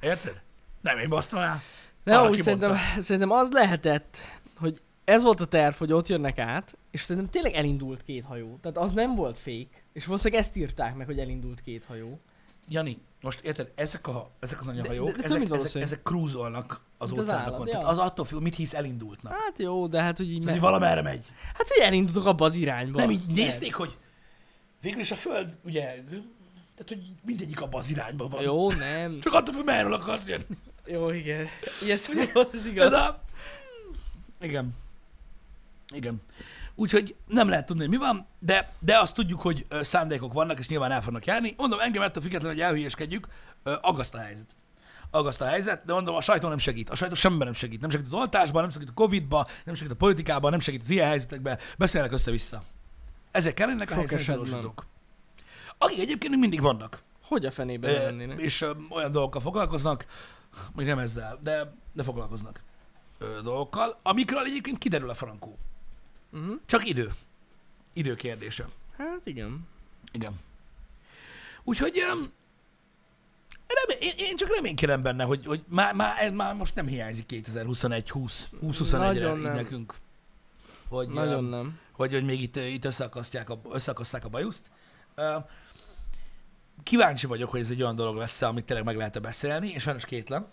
Speaker 1: Érted? Nem én basztam el.
Speaker 2: De
Speaker 1: Valaki
Speaker 2: úgy szerintem, szerintem az lehetett, hogy ez volt a terv, hogy ott jönnek át, és szerintem tényleg elindult két hajó. Tehát az nem volt fék, és valószínűleg ezt írták meg, hogy elindult két hajó.
Speaker 1: Jani, most érted, ezek, a, ezek az anyahajók,
Speaker 2: de- de több
Speaker 1: ezek,
Speaker 2: mint
Speaker 1: ezek,
Speaker 2: valószínű.
Speaker 1: ezek krúzolnak az
Speaker 2: Mint az
Speaker 1: óceánokon.
Speaker 2: állat,
Speaker 1: Tehát
Speaker 2: ja.
Speaker 1: az attól függ, mit hisz elindultnak.
Speaker 2: Hát jó, de hát hogy így
Speaker 1: Tehát,
Speaker 2: me-
Speaker 1: hogy valamerre megy.
Speaker 2: Hát hogy elindultak abba az irányba.
Speaker 1: Nem így nézték, hogy végül is a Föld, ugye, tehát hogy mindegyik abban az irányban van.
Speaker 2: Jó, nem.
Speaker 1: Csak attól függ, merről akarsz jönni.
Speaker 2: Jó,
Speaker 1: [LAUGHS]
Speaker 2: igen. Ilyen szóval az
Speaker 1: Ez
Speaker 2: igaz.
Speaker 1: a... Igen. Igen. Úgyhogy nem lehet tudni, hogy mi van, de, de azt tudjuk, hogy ö, szándékok vannak, és nyilván el fognak járni. Mondom, engem ettől függetlenül, hogy elhülyeskedjük, ö, agaszt a helyzet. Agaszt a helyzet, de mondom, a sajtó nem segít. A sajtó semmiben nem segít. Nem segít az oltásban, nem segít a Covid-ba, nem segít a politikában, nem segít az ilyen helyzetekben. Beszélnek össze-vissza. Ezek kellenek a
Speaker 2: Sok
Speaker 1: helyszíni
Speaker 2: esetben.
Speaker 1: tudósítók. Akik egyébként még mindig vannak.
Speaker 2: Hogy a fenébe
Speaker 1: Ö,
Speaker 2: nem lennének?
Speaker 1: És ö, olyan dolgokkal foglalkoznak, még nem ezzel, de, de foglalkoznak ö, dolgokkal, amikről egyébként kiderül a frankó.
Speaker 2: Mhm.
Speaker 1: Csak idő. Idő kérdése.
Speaker 2: Hát igen.
Speaker 1: Igen. Úgyhogy öm, remé- én, én csak reménykedem benne, hogy, hogy már, már, ez már most nem hiányzik 2021 20 2021-re
Speaker 2: Nagyon
Speaker 1: így
Speaker 2: nem.
Speaker 1: nekünk. Hogy, öm,
Speaker 2: Nagyon nem.
Speaker 1: hogy, hogy még itt, itt összeakasztják a, összeakasszák a bajuszt. Ö, Kíváncsi vagyok, hogy ez egy olyan dolog lesz, amit tényleg meg lehet beszélni, és sajnos kétlem.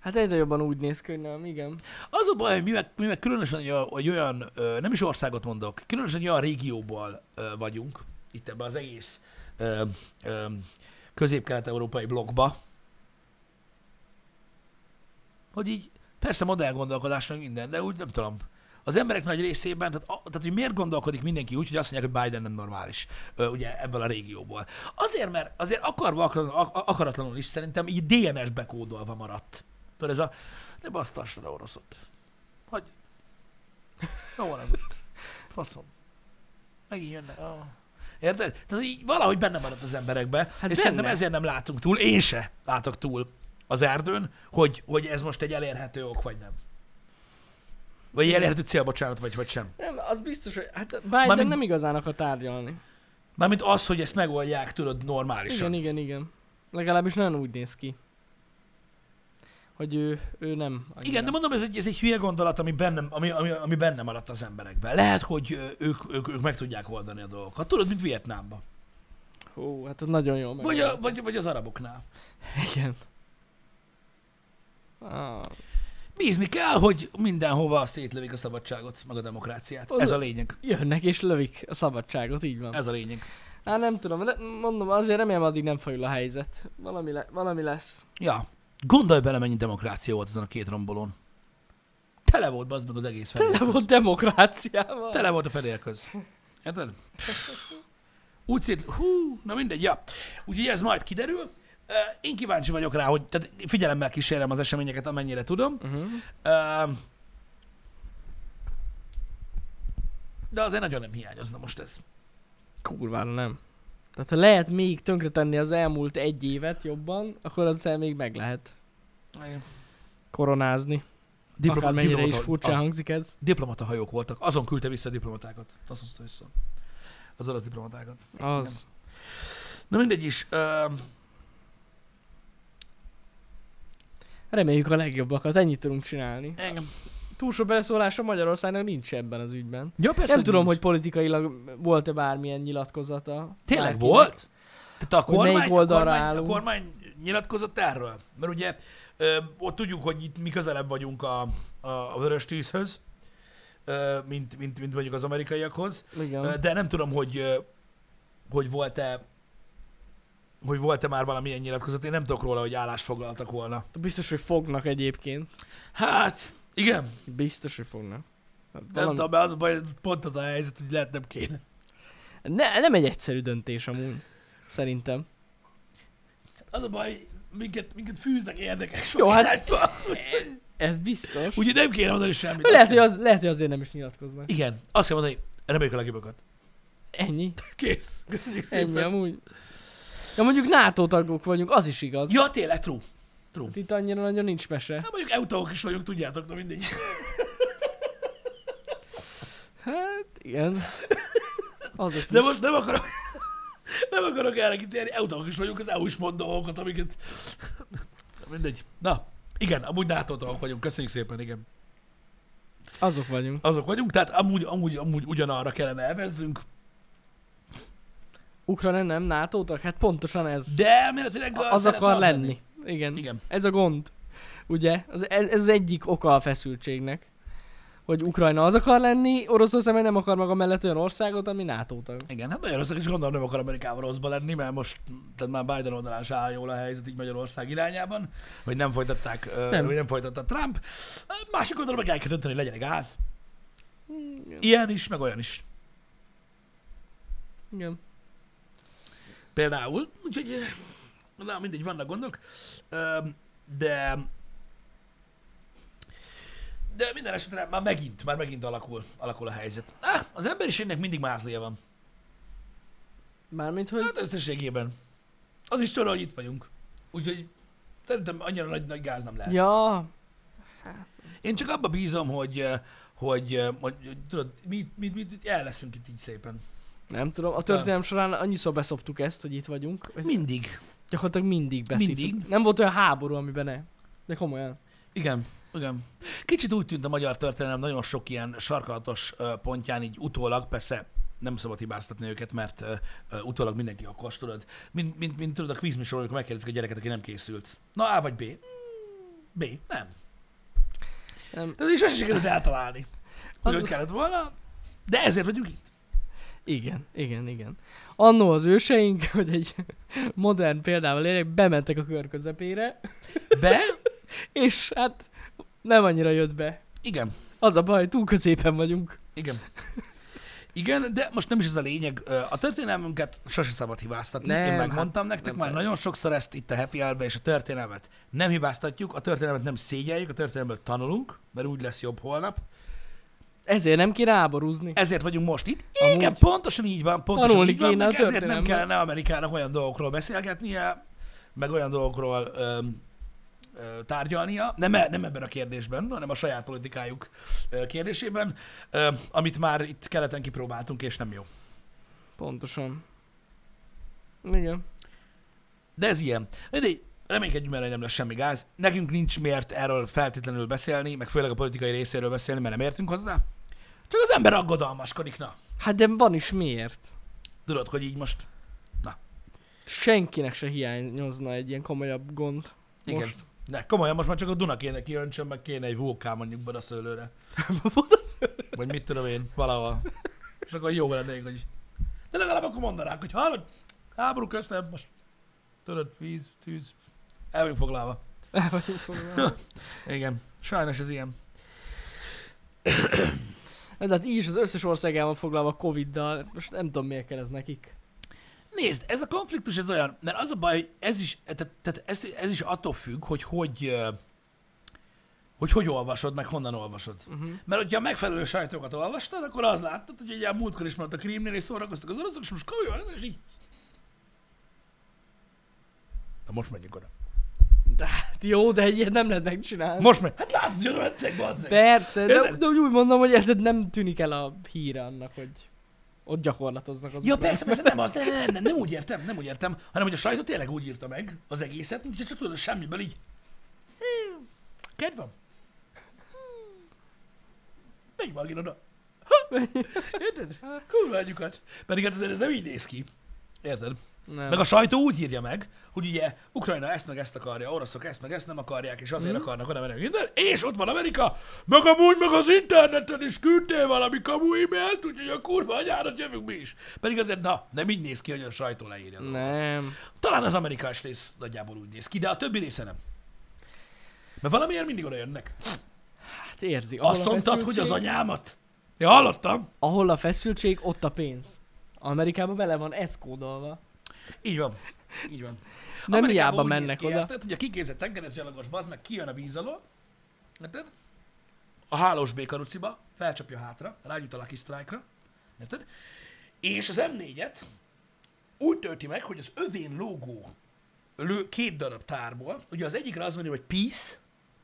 Speaker 2: Hát egyre jobban úgy néz ki, hogy nem, igen.
Speaker 1: Az a baj, hogy mi meg, mi meg különösen egy olyan- egy olyan, ö, nem is országot mondok, különösen egy olyan régióból ö, vagyunk, itt ebbe az egész ö, ö, közép-kelet-európai blokkba, hogy így persze modell gondolkodás meg minden, de úgy nem tudom. Az emberek nagy részében, tehát, a, tehát hogy miért gondolkodik mindenki úgy, hogy azt mondják, hogy Biden nem normális, ö, ugye ebből a régióból. Azért, mert azért akarva, akaratlanul, ak- akaratlanul is szerintem így DNS bekódolva maradt. Tudod, ez a, ne basztass le oroszot. Hagy. Jó van az ott. Faszom. Megint jönnek. Ah. Érted? Tehát így valahogy benne maradt az emberekbe, hát és
Speaker 2: benne.
Speaker 1: szerintem ezért nem látunk túl, én se látok túl az erdőn, hogy, hogy ez most egy elérhető ok, vagy nem. Vagy egy elérhető cél, bocsánat, vagy, vagy sem.
Speaker 2: Nem, az biztos, hogy hát Biden
Speaker 1: Mármint-
Speaker 2: nem igazán akar tárgyalni.
Speaker 1: Mármint az, hogy ezt megoldják, tudod, normálisan.
Speaker 2: Igen, igen, igen. Legalábbis nagyon úgy néz ki. Hogy ő, ő nem. annyira.
Speaker 1: Igen, de mondom, ez egy, ez egy hülye gondolat, ami benne, ami, ami, ami benne maradt az emberekben. Lehet, hogy ö, ők, ők, ők meg tudják oldani a dolgokat. Tudod, mint Vietnámban.
Speaker 2: Hú, hát az nagyon jó meg.
Speaker 1: Vagy, a, vagy, vagy az araboknál.
Speaker 2: Igen. Ah,
Speaker 1: Bízni kell, hogy mindenhova szétlövik a szabadságot, meg a demokráciát.
Speaker 2: Az-
Speaker 1: Ez a lényeg.
Speaker 2: jönnek és lövik a szabadságot, így van.
Speaker 1: Ez a lényeg.
Speaker 2: Hát nem tudom, de mondom, azért remélem addig nem fajul a helyzet. Valami, le, valami lesz.
Speaker 1: Ja. Gondolj bele, mennyi demokrácia volt azon a két rombolón. Tele volt, bazd meg az egész
Speaker 2: Tele
Speaker 1: fedélköz.
Speaker 2: volt demokráciával.
Speaker 1: Tele volt a fedélköz. Érted? Úgy szét... Hú, na mindegy, ja. Úgyhogy ez majd kiderül. Ö, Én kíváncsi vagyok rá, hogy tehát figyelemmel kísérem az eseményeket, amennyire tudom.
Speaker 2: Uh-huh.
Speaker 1: Ö, De azért nagyon nem hiányozna most ez.
Speaker 2: Kurvára nem. Tehát ha lehet még tönkretenni az elmúlt egy évet jobban, akkor azzal még meg lehet koronázni.
Speaker 1: Diploma,
Speaker 2: Akármennyire
Speaker 1: diplomata,
Speaker 2: is furcsa
Speaker 1: az,
Speaker 2: hangzik ez.
Speaker 1: diplomata hajók voltak. Azon küldte vissza a diplomatákat. Azt hozta vissza. Az orosz diplomatákat.
Speaker 2: Az.
Speaker 1: Na mindegy is. Ö,
Speaker 2: Reméljük a legjobbakat, ennyit tudunk csinálni.
Speaker 1: engem.
Speaker 2: Túl sok beleszólása Magyarországnak nincs ebben az ügyben.
Speaker 1: Ja, persze,
Speaker 2: nem tudom,
Speaker 1: nincs.
Speaker 2: hogy politikailag volt-e bármilyen nyilatkozata.
Speaker 1: Tényleg
Speaker 2: bárkinek.
Speaker 1: volt? Tehát a
Speaker 2: Hogy melyik
Speaker 1: kormány, a,
Speaker 2: oldalra
Speaker 1: kormány, a
Speaker 2: állunk?
Speaker 1: kormány nyilatkozott erről? Mert ugye ö, ott tudjuk, hogy itt mi közelebb vagyunk a, a, a vörös tűzhöz, ö, mint, mint, mint mondjuk az amerikaiakhoz,
Speaker 2: Igen.
Speaker 1: ö, de nem tudom, hogy, ö, hogy volt-e hogy volt-e már valamilyen nyilatkozat, én nem tudok róla, hogy állást foglaltak volna.
Speaker 2: Biztos, hogy fognak egyébként.
Speaker 1: Hát, igen,
Speaker 2: Biztos, hogy fognak. Hát
Speaker 1: nem
Speaker 2: Valami...
Speaker 1: tudom, mert az a baj, pont az a helyzet, hogy lehet nem kéne.
Speaker 2: Ne, nem egy egyszerű döntés amúgy. Szerintem.
Speaker 1: Az a baj, hogy minket, minket fűznek érdekek sok
Speaker 2: Jó, hát-
Speaker 1: irányba.
Speaker 2: Ez biztos.
Speaker 1: Úgyhogy nem kéne mondani semmit.
Speaker 2: Lehet
Speaker 1: Azt
Speaker 2: hogy, az, lehet, hogy azért nem is nyilatkoznak.
Speaker 1: Igen, azt kell mondani, reméljük a legjobbakat.
Speaker 2: Ennyi.
Speaker 1: Kész. Köszönjük szépen.
Speaker 2: Ennyi amúgy. Ja, mondjuk NATO tagok vagyunk, az is igaz.
Speaker 1: Ja, tényleg, true. True.
Speaker 2: Hát Itt annyira nagyon nincs mese.
Speaker 1: Hát mondjuk eutagok is vagyunk, tudjátok, na mindegy.
Speaker 2: Hát,
Speaker 1: [LAUGHS]
Speaker 2: igen. Azok
Speaker 1: De
Speaker 2: is.
Speaker 1: most nem akarok, [LAUGHS] nem akarok erre kitérni, eutagok is vagyunk, az EU is mond dolgokat, amiket... Na, Mindegy. Na, igen, amúgy nato vagyunk, köszönjük szépen, igen.
Speaker 2: Azok vagyunk.
Speaker 1: Azok vagyunk, tehát amúgy, amúgy, amúgy ugyanarra kellene elvezzünk,
Speaker 2: Ukrajna nem nato -tag? Hát pontosan ez.
Speaker 1: de elméletileg...
Speaker 2: A- az
Speaker 1: szeretne
Speaker 2: akar lenni. Igen.
Speaker 1: Igen.
Speaker 2: Ez a gond. Ugye? Az, ez, ez az egyik oka a feszültségnek. Hogy Ukrajna az akar lenni, Oroszország meg nem akar maga mellett olyan országot, ami nato tag.
Speaker 1: Igen, hát Magyarország is gondolom nem akar Amerikával rosszba lenni, mert most tehát már Biden oldalán se áll jól a helyzet így Magyarország irányában, hogy nem folytatták, nem.
Speaker 2: Nem.
Speaker 1: Vagy nem folytatta Trump. Ö, Másik oldalon meg el kell dönteni, hogy legyen gáz. Ilyen is, meg olyan is.
Speaker 2: Igen.
Speaker 1: Például, úgyhogy ö, na, mindegy, vannak gondok, Ö, de de minden esetre már megint, már megint alakul, alakul a helyzet. Ah, az emberiségnek mindig mázlia van.
Speaker 2: Mármint, hogy...
Speaker 1: Hát összességében. Az is csoda, hogy itt vagyunk. Úgyhogy szerintem annyira nagy, nagy gáz nem lehet. Ja.
Speaker 2: Ja,
Speaker 1: Én csak abba bízom, hogy, eh, hogy, eh, hogy hogy tudod, mi, mi, mi, mi el leszünk itt így szépen.
Speaker 2: nem tudom, a történelem során annyiszor beszoptuk ezt, hogy itt vagyunk. hogy
Speaker 1: Mindig.
Speaker 2: Gyakorlatilag mindig beszéltük.
Speaker 1: Mindig.
Speaker 2: Nem volt olyan háború, amiben ne. De komolyan.
Speaker 1: Igen. Igen. Kicsit úgy tűnt a magyar történelem nagyon sok ilyen sarkalatos eh, pontján így utólag, persze nem szabad hibáztatni őket, mert uh, uh, utólag mindenki okos, tudod. Mint, mint, mint tudod a kvízműsorban, amikor megkérdezik a gyereket, aki nem készült. Na A vagy B? Mm, B. Nem.
Speaker 2: Nem.
Speaker 1: Tehát is sose sikerült eltalálni.
Speaker 2: Az-
Speaker 1: Hogy kellett volna, de ezért vagyunk itt.
Speaker 2: Igen, igen, igen. Annó az őseink, [LAUGHS] hogy egy modern példával élek, bementek a kör közepére,
Speaker 1: Be?
Speaker 2: és hát nem annyira jött be.
Speaker 1: Igen.
Speaker 2: Az a baj, túl középen vagyunk.
Speaker 1: Igen. Igen, de most nem is ez a lényeg. Ö, A történelmünket sose szabad hibáztatni.
Speaker 2: Nem,
Speaker 1: Nem, Én
Speaker 2: hát
Speaker 1: megmondtam nektek
Speaker 2: nem
Speaker 1: már
Speaker 2: persze.
Speaker 1: nagyon sokszor ezt itt a Happy hour és a történelmet nem hibáztatjuk, a történelmet nem szégyeljük, a történelmet tanulunk, mert úgy lesz jobb holnap.
Speaker 2: Ezért nem kéne háborúzni.
Speaker 1: Ezért vagyunk most itt.
Speaker 2: Amúgy.
Speaker 1: Igen, Amúgy. pontosan így van, pontosan
Speaker 2: Tanulni
Speaker 1: így van,
Speaker 2: kéne
Speaker 1: meg
Speaker 2: a
Speaker 1: ezért nem
Speaker 2: történelemből.
Speaker 1: kellene Amerikának olyan dolgokról beszélgetnie, meg olyan dolgokról öm, ö, tárgyalnia, nem, e- nem ebben a kérdésben, hanem a saját politikájuk ö, kérdésében, ö, amit már itt keleten kipróbáltunk, és nem jó.
Speaker 2: Pontosan. Igen.
Speaker 1: De ez ilyen. Mindegy, reménykedjünk benne, hogy nem lesz semmi gáz. Nekünk nincs miért erről feltétlenül beszélni, meg főleg a politikai részéről beszélni, mert nem értünk hozzá. Csak az ember aggodalmaskodik, na.
Speaker 2: Hát de van is miért.
Speaker 1: Tudod, hogy így most...
Speaker 2: Senkinek se hiányozna egy ilyen komolyabb gond. [LAUGHS]
Speaker 1: Igen.
Speaker 2: Most.
Speaker 1: De komolyan, most már csak a Duna kéne kijöntsön, meg kéne egy vulkán mondjuk Badaszőlőre. Vagy mit tudom én, valahol. És akkor jó lennék, hogy... De legalább akkor mondanák, hogy hallod, háború köztem, most tudod, víz, tűz, el vagyunk foglalva.
Speaker 2: El vagyunk foglalva.
Speaker 1: Igen, sajnos ez ilyen.
Speaker 2: De hát így is az összes ország el van foglalva Covid-dal, most nem tudom miért kell ez nekik.
Speaker 1: Nézd, ez a konfliktus ez olyan, mert az a baj, hogy ez is, tehát, tehát ez, ez is attól függ, hogy hogy, ö, hogy hogy olvasod, meg honnan olvasod.
Speaker 2: Uh-huh.
Speaker 1: Mert hogyha a megfelelő sajtókat olvastad, akkor az láttad, hogy ugye a múltkor is maradt a krímnél, és szórakoztak az oroszok, és most komolyan, és így... Na most megyünk oda.
Speaker 2: De hát jó, de ilyet nem lehet megcsinálni.
Speaker 1: Most megy. Hát látod, hogy oda mentek, bazzeg.
Speaker 2: Persze, de,
Speaker 1: Érted?
Speaker 2: de úgy mondom, hogy érted, nem tűnik el a híre annak, hogy ott gyakorlatoznak az
Speaker 1: Ja,
Speaker 2: ukránok.
Speaker 1: persze, persze, nem, az, nem, nem, nem, nem, úgy értem, nem úgy értem, hanem hogy a sajtó tényleg úgy írta meg az egészet, mint hogy csak tudod, semmiből így. "Hű, Kedv van. Hmm. Megy magin oda. Ha, Érted? Kurva anyukat. Pedig hát azért ez nem így néz ki. Érted?
Speaker 2: Nem.
Speaker 1: Meg a sajtó úgy írja meg, hogy ugye Ukrajna ezt meg ezt akarja, oroszok ezt meg ezt nem akarják, és azért mm. akarnak oda menni minden, és ott van Amerika, meg amúgy meg az interneten is küldtél valami kamu e-mailt, úgyhogy a kurva anyárat jövünk mi is. Pedig azért, na, nem így néz ki, hogy a sajtó leírja. Mm.
Speaker 2: Nem.
Speaker 1: Talán az amerikás rész nagyjából úgy néz ki, de a többi része nem. Mert valamiért mindig oda jönnek.
Speaker 2: Hát érzi. Ahol
Speaker 1: Azt
Speaker 2: a
Speaker 1: mondtad, hogy az
Speaker 2: feszültség-
Speaker 1: anyámat? Ja, hallottam.
Speaker 2: Ahol a feszültség, ott a pénz. Amerikában bele van eszkódolva.
Speaker 1: Így van. Így van.
Speaker 2: Nem
Speaker 1: Amerikában
Speaker 2: hiába
Speaker 1: úgy néz
Speaker 2: mennek
Speaker 1: ki,
Speaker 2: oda.
Speaker 1: Érted, hogy a kiképzett tengerészgyalogos bazd meg kijön a víz alól, érted? A hálós békaruciba, felcsapja hátra, rájut a Lucky Strike-ra, érted? És az M4-et úgy tölti meg, hogy az övén lógó lő két darab tárból, ugye az egyikre az van, írva, hogy peace,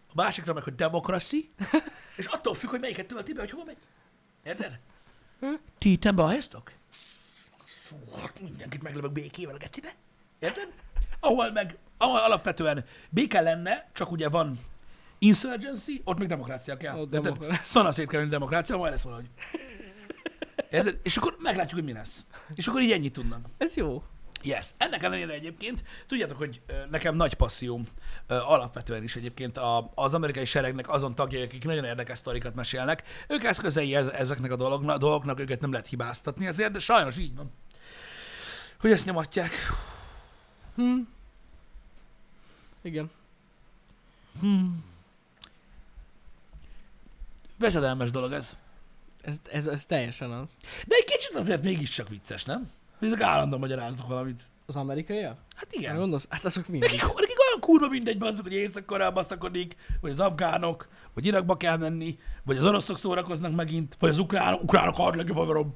Speaker 1: a másikra meg, hogy democracy, és attól függ, hogy melyiket tölti be, hogy hova megy. Érted? Ti itten behajztok? Fú, hát mindenkit meglövök békével a gecibe. Érted? Ahol meg, ahol alapvetően béke lenne, csak ugye van insurgency, ott még demokrácia kell.
Speaker 2: Ó,
Speaker 1: Érted?
Speaker 2: demokrácia.
Speaker 1: Szana szét kell lenni demokrácia, majd lesz valahogy. Érted? És akkor meglátjuk, hogy mi lesz. És akkor így ennyit tudnak.
Speaker 2: Ez jó.
Speaker 1: Yes. Ennek ellenére egyébként, tudjátok, hogy ö, nekem nagy passzióm ö, alapvetően is egyébként a, az amerikai seregnek azon tagjai, akik nagyon érdekes sztorikat mesélnek, ők eszközei ez, ezeknek a dolognak, dolgoknak, őket nem lehet hibáztatni ezért, de sajnos így van. Hogy ezt nyomatják.
Speaker 2: Hm. Igen.
Speaker 1: Veszedelmes dolog ez.
Speaker 2: Ez, ez, ez teljesen az.
Speaker 1: De egy kicsit azért mégiscsak vicces, nem? Hogy ezek állandóan magyaráznak valamit.
Speaker 2: Az amerikaiak?
Speaker 1: Hát
Speaker 2: Igen.
Speaker 1: igen.
Speaker 2: Gondolsz? Hát azok mindig.
Speaker 1: Nekik, nekik olyan kurva mindegy, bazzuk, hogy észak baszakodik, vagy az afgánok, vagy Irakba kell menni, vagy az oroszok szórakoznak megint, vagy az ukránok, ukránok a legjobb haverom.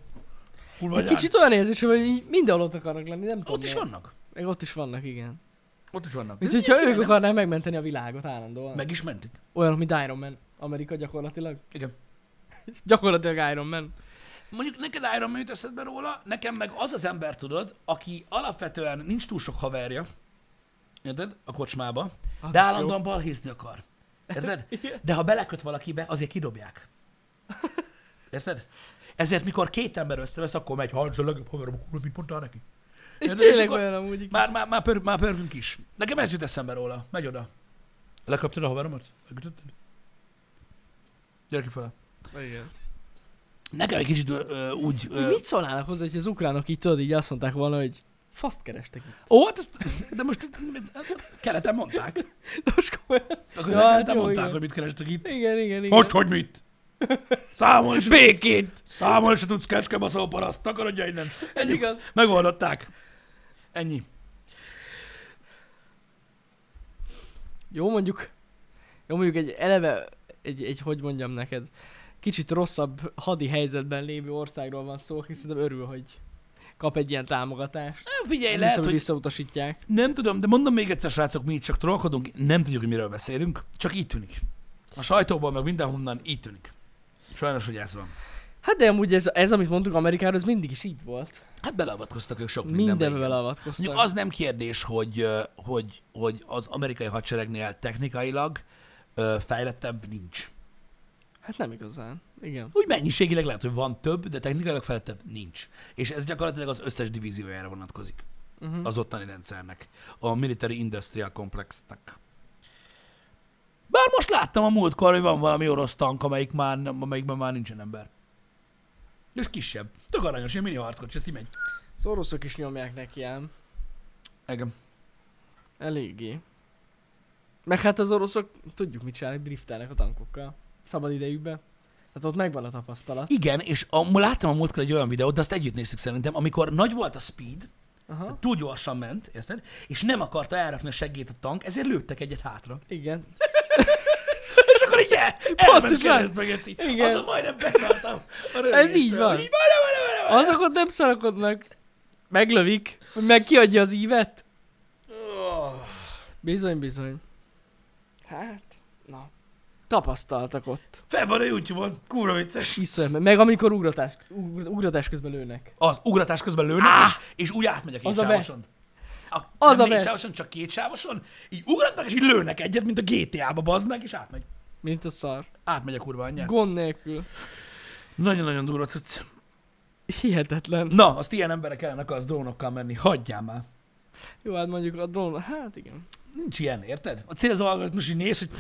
Speaker 1: Kurva
Speaker 2: Egy
Speaker 1: anyád.
Speaker 2: kicsit olyan érzésem, hogy így mindenhol ott akarnak lenni, nem tudom.
Speaker 1: Ott is
Speaker 2: miért.
Speaker 1: vannak.
Speaker 2: Meg ott is vannak, igen.
Speaker 1: Ott is vannak.
Speaker 2: Mint hogyha ők akarnák megmenteni a világot állandóan.
Speaker 1: Meg is mentik.
Speaker 2: Olyanok, mint Iron Man. Amerika gyakorlatilag.
Speaker 1: Igen.
Speaker 2: Gyakorlatilag Iron Man.
Speaker 1: Mondjuk neked Iron Man jut eszedbe róla, nekem meg az az ember, tudod, aki alapvetően nincs túl sok haverja, érted, a kocsmába,
Speaker 2: Az
Speaker 1: de
Speaker 2: is jó.
Speaker 1: állandóan balhézni akar.
Speaker 2: [LAUGHS]
Speaker 1: Érted? De ha beleköt valakibe, azért kidobják. Érted? Ezért, mikor két ember összevesz, akkor megy, hallod, a legjobb haverom, akkor mit mondtál neki? Érted? És
Speaker 2: Tényleg
Speaker 1: akkor
Speaker 2: olyan amúgy.
Speaker 1: Már, már, már, pör, már pörgünk is. Nekem ez jut eszembe róla. Megy oda. Leköpted a haveromat? Megütötted? Gyere kifele.
Speaker 2: Igen.
Speaker 1: Nekem egy kicsit ö, ö, úgy... Ö,
Speaker 2: Mit szólnának hozzá, hogy az ukránok így tudod, így azt mondták volna, hogy faszt kerestek itt. [LAUGHS]
Speaker 1: Ó, hát ezt, de most ezt- keleten mondták.
Speaker 2: De most komolyan.
Speaker 1: A
Speaker 2: Ja,
Speaker 1: közel
Speaker 2: hát
Speaker 1: ja,
Speaker 2: jó,
Speaker 1: mondták,
Speaker 2: igen.
Speaker 1: hogy mit kerestek itt.
Speaker 2: Igen, igen, igen.
Speaker 1: Hogy, hogy mit? Számolni se tudsz.
Speaker 2: Békét!
Speaker 1: Számolni se tudsz, kecskebaszó paraszt, takarodja innen.
Speaker 2: Ez igaz.
Speaker 1: Megoldották. Ennyi.
Speaker 2: Jó, mondjuk, jó, mondjuk egy eleve, egy, egy, hogy mondjam neked, kicsit rosszabb hadi helyzetben lévő országról van szó, aki szerintem örül, hogy kap egy ilyen támogatást.
Speaker 1: Na, Figyelj,
Speaker 2: Nem hiszem,
Speaker 1: lehet,
Speaker 2: hogy
Speaker 1: hogy
Speaker 2: visszautasítják.
Speaker 1: nem tudom, de mondom még egyszer, srácok, mi itt csak trollkodunk, nem tudjuk, hogy miről beszélünk, csak így tűnik. A sajtóból, meg mindenhonnan így tűnik. Sajnos, hogy ez van.
Speaker 2: Hát de amúgy ez, ez amit mondtuk Amerikáról, ez mindig is így volt.
Speaker 1: Hát beleavatkoztak ők sok
Speaker 2: Mindenbe
Speaker 1: igen.
Speaker 2: beleavatkoztak.
Speaker 1: Mondjuk az nem kérdés, hogy, ö, hogy, hogy az amerikai hadseregnél technikailag ö, fejlettebb nincs.
Speaker 2: Hát nem igazán. Igen.
Speaker 1: Úgy mennyiségileg lehet, hogy van több, de technikailag fejlettebb nincs. És ez gyakorlatilag az összes divíziójára vonatkozik
Speaker 2: Uh-huh.
Speaker 1: az ottani rendszernek, a Military Industrial Complexnak. Bár most láttam a múltkor, hogy van valami orosz tank, amelyik már, amelyikben már nincsen ember. És kisebb. Tök aranyos, ilyen mini harckocsi, ezt így megy.
Speaker 2: Az oroszok is nyomják neki ám.
Speaker 1: Igen.
Speaker 2: Eléggé. Meg hát az oroszok, tudjuk mit csinálnak, driftelnek a tankokkal. Szabad idejükbe. Tehát ott megvan a tapasztalat.
Speaker 1: Igen, és a, láttam a múltkor egy olyan videót, de azt együtt néztük szerintem, amikor nagy volt a speed,
Speaker 2: Aha.
Speaker 1: tehát túl gyorsan ment, érted? És nem akarta elrakni a seggét a tank, ezért lőttek egyet hátra.
Speaker 2: Igen.
Speaker 1: És akkor így el, elment
Speaker 2: Pontosan.
Speaker 1: keresztbe, Geci.
Speaker 2: Igen.
Speaker 1: Azon majdnem bezártam a rövidéstől.
Speaker 2: így van.
Speaker 1: Így majdnem, majdnem, majdnem.
Speaker 2: Azok ott nem szarakodnak. Meglövik, hogy meg kiadja az ívet.
Speaker 1: Ó,
Speaker 2: Bizony, bizony. Hát, na. Tapasztaltak ott.
Speaker 1: Fel van a YouTube-on, kurva vicces.
Speaker 2: Iszonyat, meg amikor ugratás, ugr- ugratás közben lőnek.
Speaker 1: Az ugratás közben lőnek,
Speaker 2: Áh!
Speaker 1: és, és úgy átmegy a két
Speaker 2: Az a
Speaker 1: sávoson. A,
Speaker 2: Az
Speaker 1: nem
Speaker 2: a
Speaker 1: négy
Speaker 2: best.
Speaker 1: sávoson, csak két sávoson, így ugratnak, és így lőnek egyet, mint a GTA-ba, bazd meg, és átmegy.
Speaker 2: Mint a szar.
Speaker 1: Átmegy a kurva anyját.
Speaker 2: Gond nélkül.
Speaker 1: Nagyon-nagyon durva cucc.
Speaker 2: Hihetetlen.
Speaker 1: Na, azt ilyen emberek ellen akarsz drónokkal menni, hagyjál már.
Speaker 2: Jó, hát mondjuk a drón, hát igen.
Speaker 1: Nincs ilyen, érted? A célzó algoritmus így néz, hogy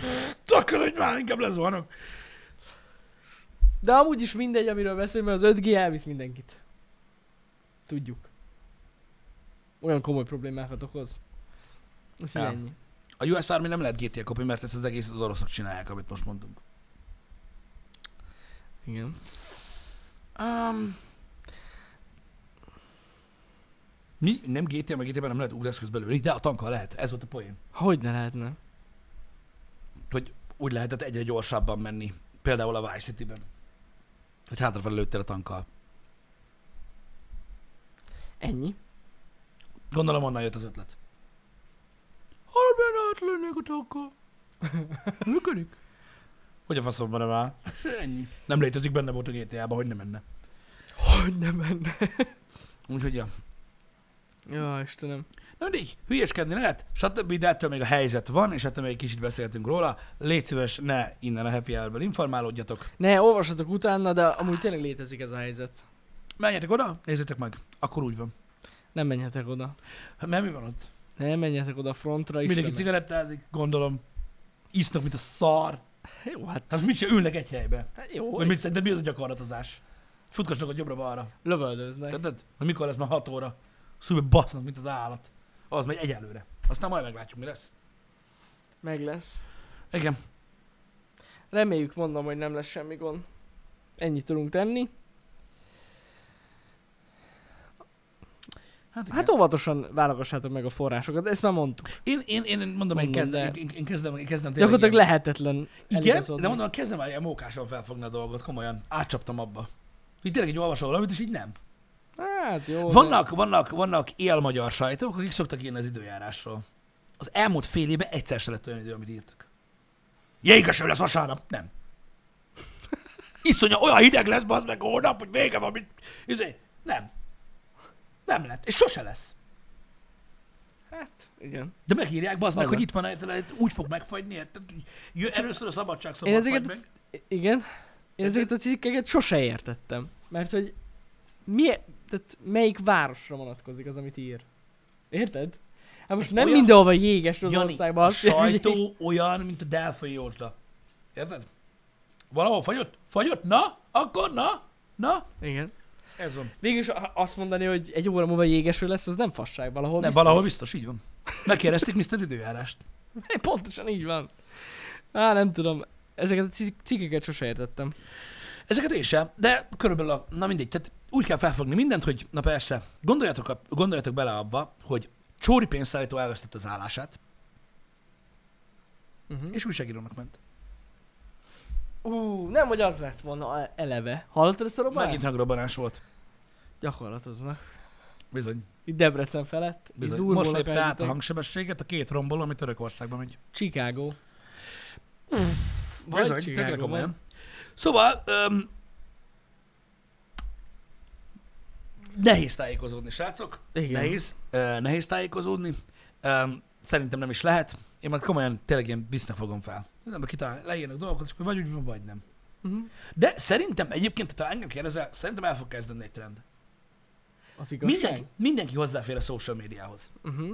Speaker 1: hogy már, inkább lezuhanok.
Speaker 2: De amúgy is mindegy, amiről beszélünk, mert az 5G elvisz mindenkit. Tudjuk. Olyan komoly problémákat okoz. Úgyhogy
Speaker 1: Ja.
Speaker 2: ennyi.
Speaker 1: A US Army nem lehet GTA kopni, mert ezt az egészet az oroszok csinálják, amit most mondtunk.
Speaker 2: Igen.
Speaker 1: Um, mi? Nem GTA, meg GTA-ben nem lehet ugrászköz belőle, de a tankkal lehet. Ez volt a poén.
Speaker 2: Hogy ne lehetne?
Speaker 1: Hogy úgy lehetett egyre gyorsabban menni. Például a Vice City-ben. Hogy hátrafelé lőttél a tankkal.
Speaker 2: Ennyi.
Speaker 1: Gondolom onnan jött az ötlet. Halben átlőnék a tankkal. [LAUGHS] Működik? Hogy a faszomban nem áll? Ennyi. Nem létezik benne volt a GTA-ban, hogy nem menne.
Speaker 2: Hogy ne menne?
Speaker 1: Úgyhogy ja.
Speaker 2: Jó, Istenem.
Speaker 1: Na mindig, hülyeskedni lehet, stb. De ettől még a helyzet van, és ettől még egy kicsit beszéltünk róla. Légy szíves, ne innen a happy hour informálódjatok.
Speaker 2: Ne, olvashatok utána, de amúgy tényleg létezik ez a helyzet.
Speaker 1: Menjetek oda, nézzétek meg. Akkor úgy van.
Speaker 2: Nem menjetek oda.
Speaker 1: Hát, Mert mi van ott?
Speaker 2: Ne menjetek oda a frontra is.
Speaker 1: Mindenki cigarettázik, gondolom. Isznak, mint a szar.
Speaker 2: Jó, hát,
Speaker 1: Hát mit se ülnek egy helybe.
Speaker 2: hát jó.
Speaker 1: Vagy mit szerinted mi az a gyakorlatozás? Futkosnak a jobbra-balra.
Speaker 2: Lövöldöznek.
Speaker 1: Érted? Hogy mikor lesz már 6 óra? Szóval basznak, mint az állat. Az megy egyelőre. Aztán majd meglátjuk, mi lesz.
Speaker 2: Meg lesz.
Speaker 1: Igen.
Speaker 2: Reméljük, mondom, hogy nem lesz semmi gond. Ennyit tudunk tenni.
Speaker 1: Hát, igen.
Speaker 2: Hát óvatosan válogassátok meg a forrásokat, ezt már mondtuk.
Speaker 1: én, én, én, mondom, én
Speaker 2: Mondom,
Speaker 1: kezdem,
Speaker 2: de-
Speaker 1: én, én kezdem, én kezdem tényleg
Speaker 2: Gyakorlatilag
Speaker 1: ilyen-
Speaker 2: lehetetlen
Speaker 1: Igen,
Speaker 2: eligazodni.
Speaker 1: de mondom, kezdem el ilyen mókáson felfogni a dolgot, komolyan. Átcsaptam abba. Így tényleg egy olvasol valamit, és így nem.
Speaker 2: Hát jó. de-
Speaker 1: Vannak, vannak, vannak él magyar sajtók, akik szoktak írni az időjárásról. Az elmúlt fél évben egyszer se lett olyan idő, amit írtak. Jégeső lesz vasárnap? Nem. Iszonya, olyan hideg lesz, bazd meg hónap, hogy vége van, mint... Izé. Nem. Nem lett. És sose lesz.
Speaker 2: Hát, igen.
Speaker 1: De megírják, bazd meg,
Speaker 2: Vannak.
Speaker 1: hogy itt van, ez úgy fog megfagyni. érted? Jö- Először a szabadság
Speaker 2: Én
Speaker 1: szabad
Speaker 2: ezeket,
Speaker 1: meg.
Speaker 2: a- igen, én
Speaker 1: Ez-
Speaker 2: ezeket a cikkeket sose értettem. Mert hogy mi, tehát melyik városra vonatkozik az, amit ír? Érted? Hát most
Speaker 1: Ez
Speaker 2: nem
Speaker 1: olyan-
Speaker 2: mindenhol jéges az
Speaker 1: Jani,
Speaker 2: országban.
Speaker 1: a
Speaker 2: azt jelenti, hogy
Speaker 1: sajtó olyan, mint a Delfai Józsda. Érted? Valahol fagyott? Fagyott? Na? Akkor na? Na?
Speaker 2: Igen.
Speaker 1: Ez van.
Speaker 2: Végülis a- azt mondani, hogy egy óra múlva jégeső lesz, az nem fasság valahol.
Speaker 1: Nem,
Speaker 2: biztos.
Speaker 1: valahol biztos, így van. Megkérdezték Mr. Időjárást.
Speaker 2: [LAUGHS] Pontosan így van. Á, nem tudom. Ezeket a cik- cikkeket sose értettem.
Speaker 1: Ezeket én sem, de körülbelül, a, na mindegy, tehát úgy kell felfogni mindent, hogy na persze, gondoljatok, a, gondoljatok bele abba, hogy Csóri pénzszállító elvesztett az állását,
Speaker 2: Uh-huh.
Speaker 1: és újságírónak ment.
Speaker 2: Ú, nem, hogy az lett volna e- eleve. Hallottad ezt a robbanát?
Speaker 1: Megint hangrobbanás volt.
Speaker 2: Gyakorlatoznak.
Speaker 1: Bizony,
Speaker 2: Itt Debrecen felett. itt
Speaker 1: bizony.
Speaker 2: durvul
Speaker 1: Most
Speaker 2: lakás
Speaker 1: lépte át a
Speaker 2: után.
Speaker 1: hangsebességet a két romból, ami Törökországba megy.
Speaker 2: Chicago. Vagy
Speaker 1: Bizony, tényleg
Speaker 2: Chicago,
Speaker 1: komolyan. Szóval, öm, nehéz tájékozódni, srácok.
Speaker 2: Igen.
Speaker 1: Nehéz, ö, nehéz tájékozódni. Öm, szerintem nem is lehet. Én már komolyan tényleg ilyen visznek fogom fel. Nem, kitál, leírnak dolgokat, és akkor vagy úgy van, vagy nem.
Speaker 2: Uh-huh.
Speaker 1: De szerintem egyébként, ha engem kérdezel, szerintem el fog kezdeni egy trend.
Speaker 2: Az igazság.
Speaker 1: Mindenki, mindenki hozzáfér a social médiához.
Speaker 2: Uh-huh.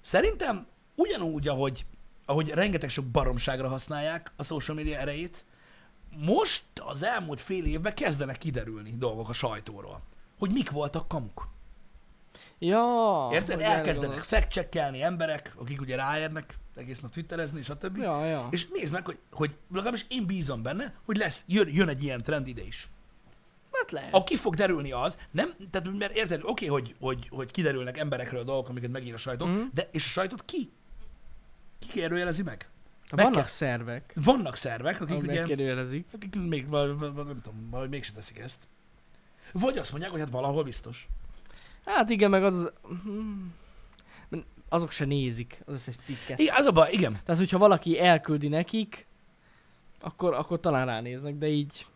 Speaker 1: Szerintem ugyanúgy, ahogy, ahogy rengeteg sok baromságra használják a social media erejét, most az elmúlt fél évben kezdenek kiderülni dolgok a sajtóról, hogy mik voltak kamuk.
Speaker 2: Ja.
Speaker 1: Érted?
Speaker 2: hogy erre
Speaker 1: Elkezdenek
Speaker 2: gondolsz.
Speaker 1: fact emberek, akik ugye ráérnek egész nap twitterezni, stb.
Speaker 2: Ja, ja.
Speaker 1: És nézd meg, hogy, hogy legalábbis én bízom benne, hogy lesz, jön, jön egy ilyen trend ide is.
Speaker 2: Hát lehet.
Speaker 1: A ki fog derülni az, nem, tehát mert érted, oké, hogy, hogy, hogy kiderülnek emberekről a dolgok, amiket megír a sajtó, mm.
Speaker 2: Mhm.
Speaker 1: de és a sajtot ki? Ki kérdőjelezi meg? meg
Speaker 2: Vannak
Speaker 1: kell-
Speaker 2: szervek,
Speaker 1: Vannak szervek, akik
Speaker 2: amik
Speaker 1: ugye,
Speaker 2: megkérdőjelezik.
Speaker 1: akik még, val- val- val- nem tudom, valahogy mégse teszik ezt. Vagy azt mondják, hogy hát valahol biztos.
Speaker 2: Hát igen, meg az az... Hmm. Azok se nézik az összes cikket.
Speaker 1: Igen, az a baj, igen.
Speaker 2: Tehát, hogyha valaki elküldi nekik, akkor, akkor talán ránéznek, de így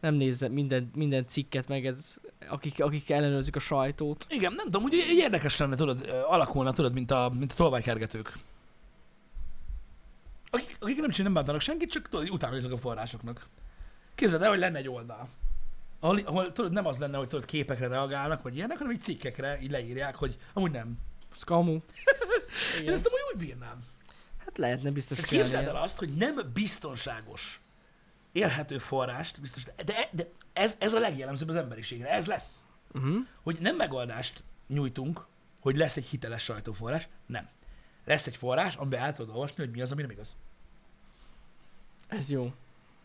Speaker 2: nem nézze minden, minden cikket meg, ez, akik, akik ellenőrzik a sajtót.
Speaker 1: Igen, nem tudom, úgy úgy érdekes lenne, tudod, ö, alakulna, tudod, mint a, mint a tolvajkergetők. Akik, akik nem csinálnak, nem bántanak senkit, csak tudod, így utána néznek a forrásoknak. Képzeld el, hogy lenne egy oldal. Ahol, ahol, tudod, nem az lenne, hogy tudod, képekre reagálnak, vagy ilyenek, hanem így cikkekre így leírják, hogy amúgy nem.
Speaker 2: Ez kamu.
Speaker 1: Én
Speaker 2: Igen.
Speaker 1: ezt amúgy úgy bírnám.
Speaker 2: Hát lehetne biztos
Speaker 1: Ezt
Speaker 2: csinálni.
Speaker 1: képzeld el azt, hogy nem biztonságos élhető forrást, biztos, de, de ez, ez a legjellemzőbb az emberiségre, ez lesz.
Speaker 2: Uh-huh.
Speaker 1: hogy nem megoldást nyújtunk, hogy lesz egy hiteles sajtóforrás, nem. Lesz egy forrás, amiben el tudod olvasni, hogy mi az, ami nem igaz.
Speaker 2: Ez jó.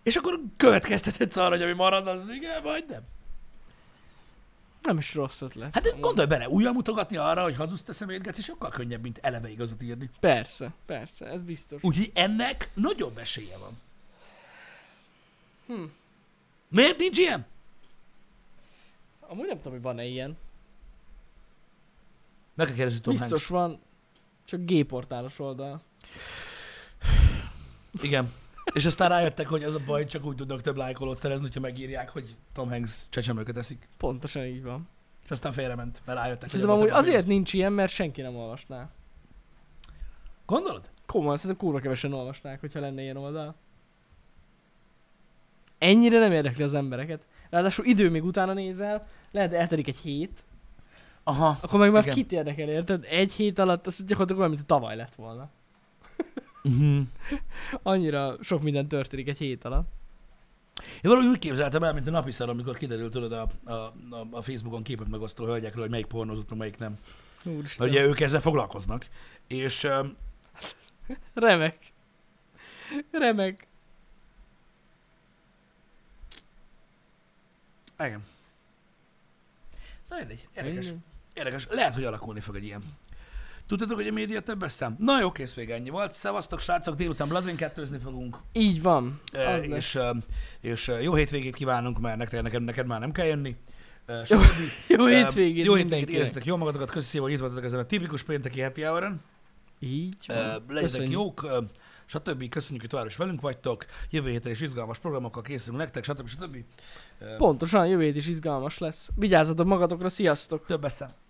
Speaker 1: És akkor következtethetsz arra, hogy ami marad, az igen, vagy nem.
Speaker 2: Nem is rossz ötlet.
Speaker 1: Hát
Speaker 2: amúgy.
Speaker 1: gondolj bele, újra mutogatni arra, hogy hazudsz te személyedgetsz, sokkal könnyebb, mint eleve igazat írni.
Speaker 2: Persze, persze, ez biztos.
Speaker 1: Úgyhogy ennek nagyobb esélye van.
Speaker 2: Hm.
Speaker 1: Miért nincs ilyen?
Speaker 2: Amúgy nem tudom, hogy van-e ilyen.
Speaker 1: Meg kell kérdezni Tom
Speaker 2: Biztos van, csak G-portálos oldal.
Speaker 1: Hanks. Igen. És aztán rájöttek, hogy az a baj, csak úgy tudnak több lájkolót szerezni, hogyha megírják, hogy Tom Hanks csecsemőket eszik.
Speaker 2: Pontosan így van.
Speaker 1: És aztán félrement, mert rájöttek,
Speaker 2: Szerintem amúgy
Speaker 1: abban több
Speaker 2: azért nincs ilyen, mert senki nem olvasná.
Speaker 1: lájkolót. Gondolod?
Speaker 2: Komolyan, szerintem kurva kevesen olvasnák, hogyha lenne ilyen oldal. Ennyire nem érdekli az embereket. Ráadásul idő még utána nézel, lehet eltelik egy hét,
Speaker 1: Aha.
Speaker 2: akkor meg már
Speaker 1: Igen.
Speaker 2: kit érdekel, érted? Egy hét alatt az gyakorlatilag olyan, mint a tavaly lett volna.
Speaker 1: Uh-huh.
Speaker 2: [LAUGHS] Annyira sok minden történik egy hét alatt.
Speaker 1: Én valahogy úgy képzeltem el, mint a napi szar, amikor kiderült tudod a, a, a, a Facebookon képet megosztó hölgyekről, hogy melyik pornózott, meg melyik nem.
Speaker 2: Úristen.
Speaker 1: Mert ugye ők ezzel foglalkoznak. És öm,
Speaker 2: Remek. Remek.
Speaker 1: igen. Na mindegy, érdekes. Érdekes. Lehet, hogy alakulni fog egy ilyen. Tudtátok, hogy a média több szám? Na jó, kész vége, ennyi volt. Szevasztok, srácok, délután Bloodring 2 fogunk.
Speaker 2: Így van.
Speaker 1: Ö,
Speaker 2: Az
Speaker 1: és,
Speaker 2: lesz.
Speaker 1: ö, és ö, jó hétvégét kívánunk, mert neked, neked, neked már nem kell jönni. Ö,
Speaker 2: Jó
Speaker 1: stb.
Speaker 2: Jó
Speaker 1: Ö,
Speaker 2: hétvégét
Speaker 1: Jó hétvégét,
Speaker 2: mindenkinek.
Speaker 1: érezzetek jól magatokat, köszi szépen, hogy itt voltatok ezen a tipikus pénteki happy hour
Speaker 2: Így van.
Speaker 1: Ö, Legyetek
Speaker 2: Köszönjük.
Speaker 1: jók, ö, stb. Köszönjük, hogy tovább is velünk vagytok. Jövő héten is izgalmas programokkal készülünk nektek, stb. stb. Ö,
Speaker 2: Pontosan, jövő hét is izgalmas lesz. Vigyázzatok magatokra, sziasztok!
Speaker 1: Több eszem.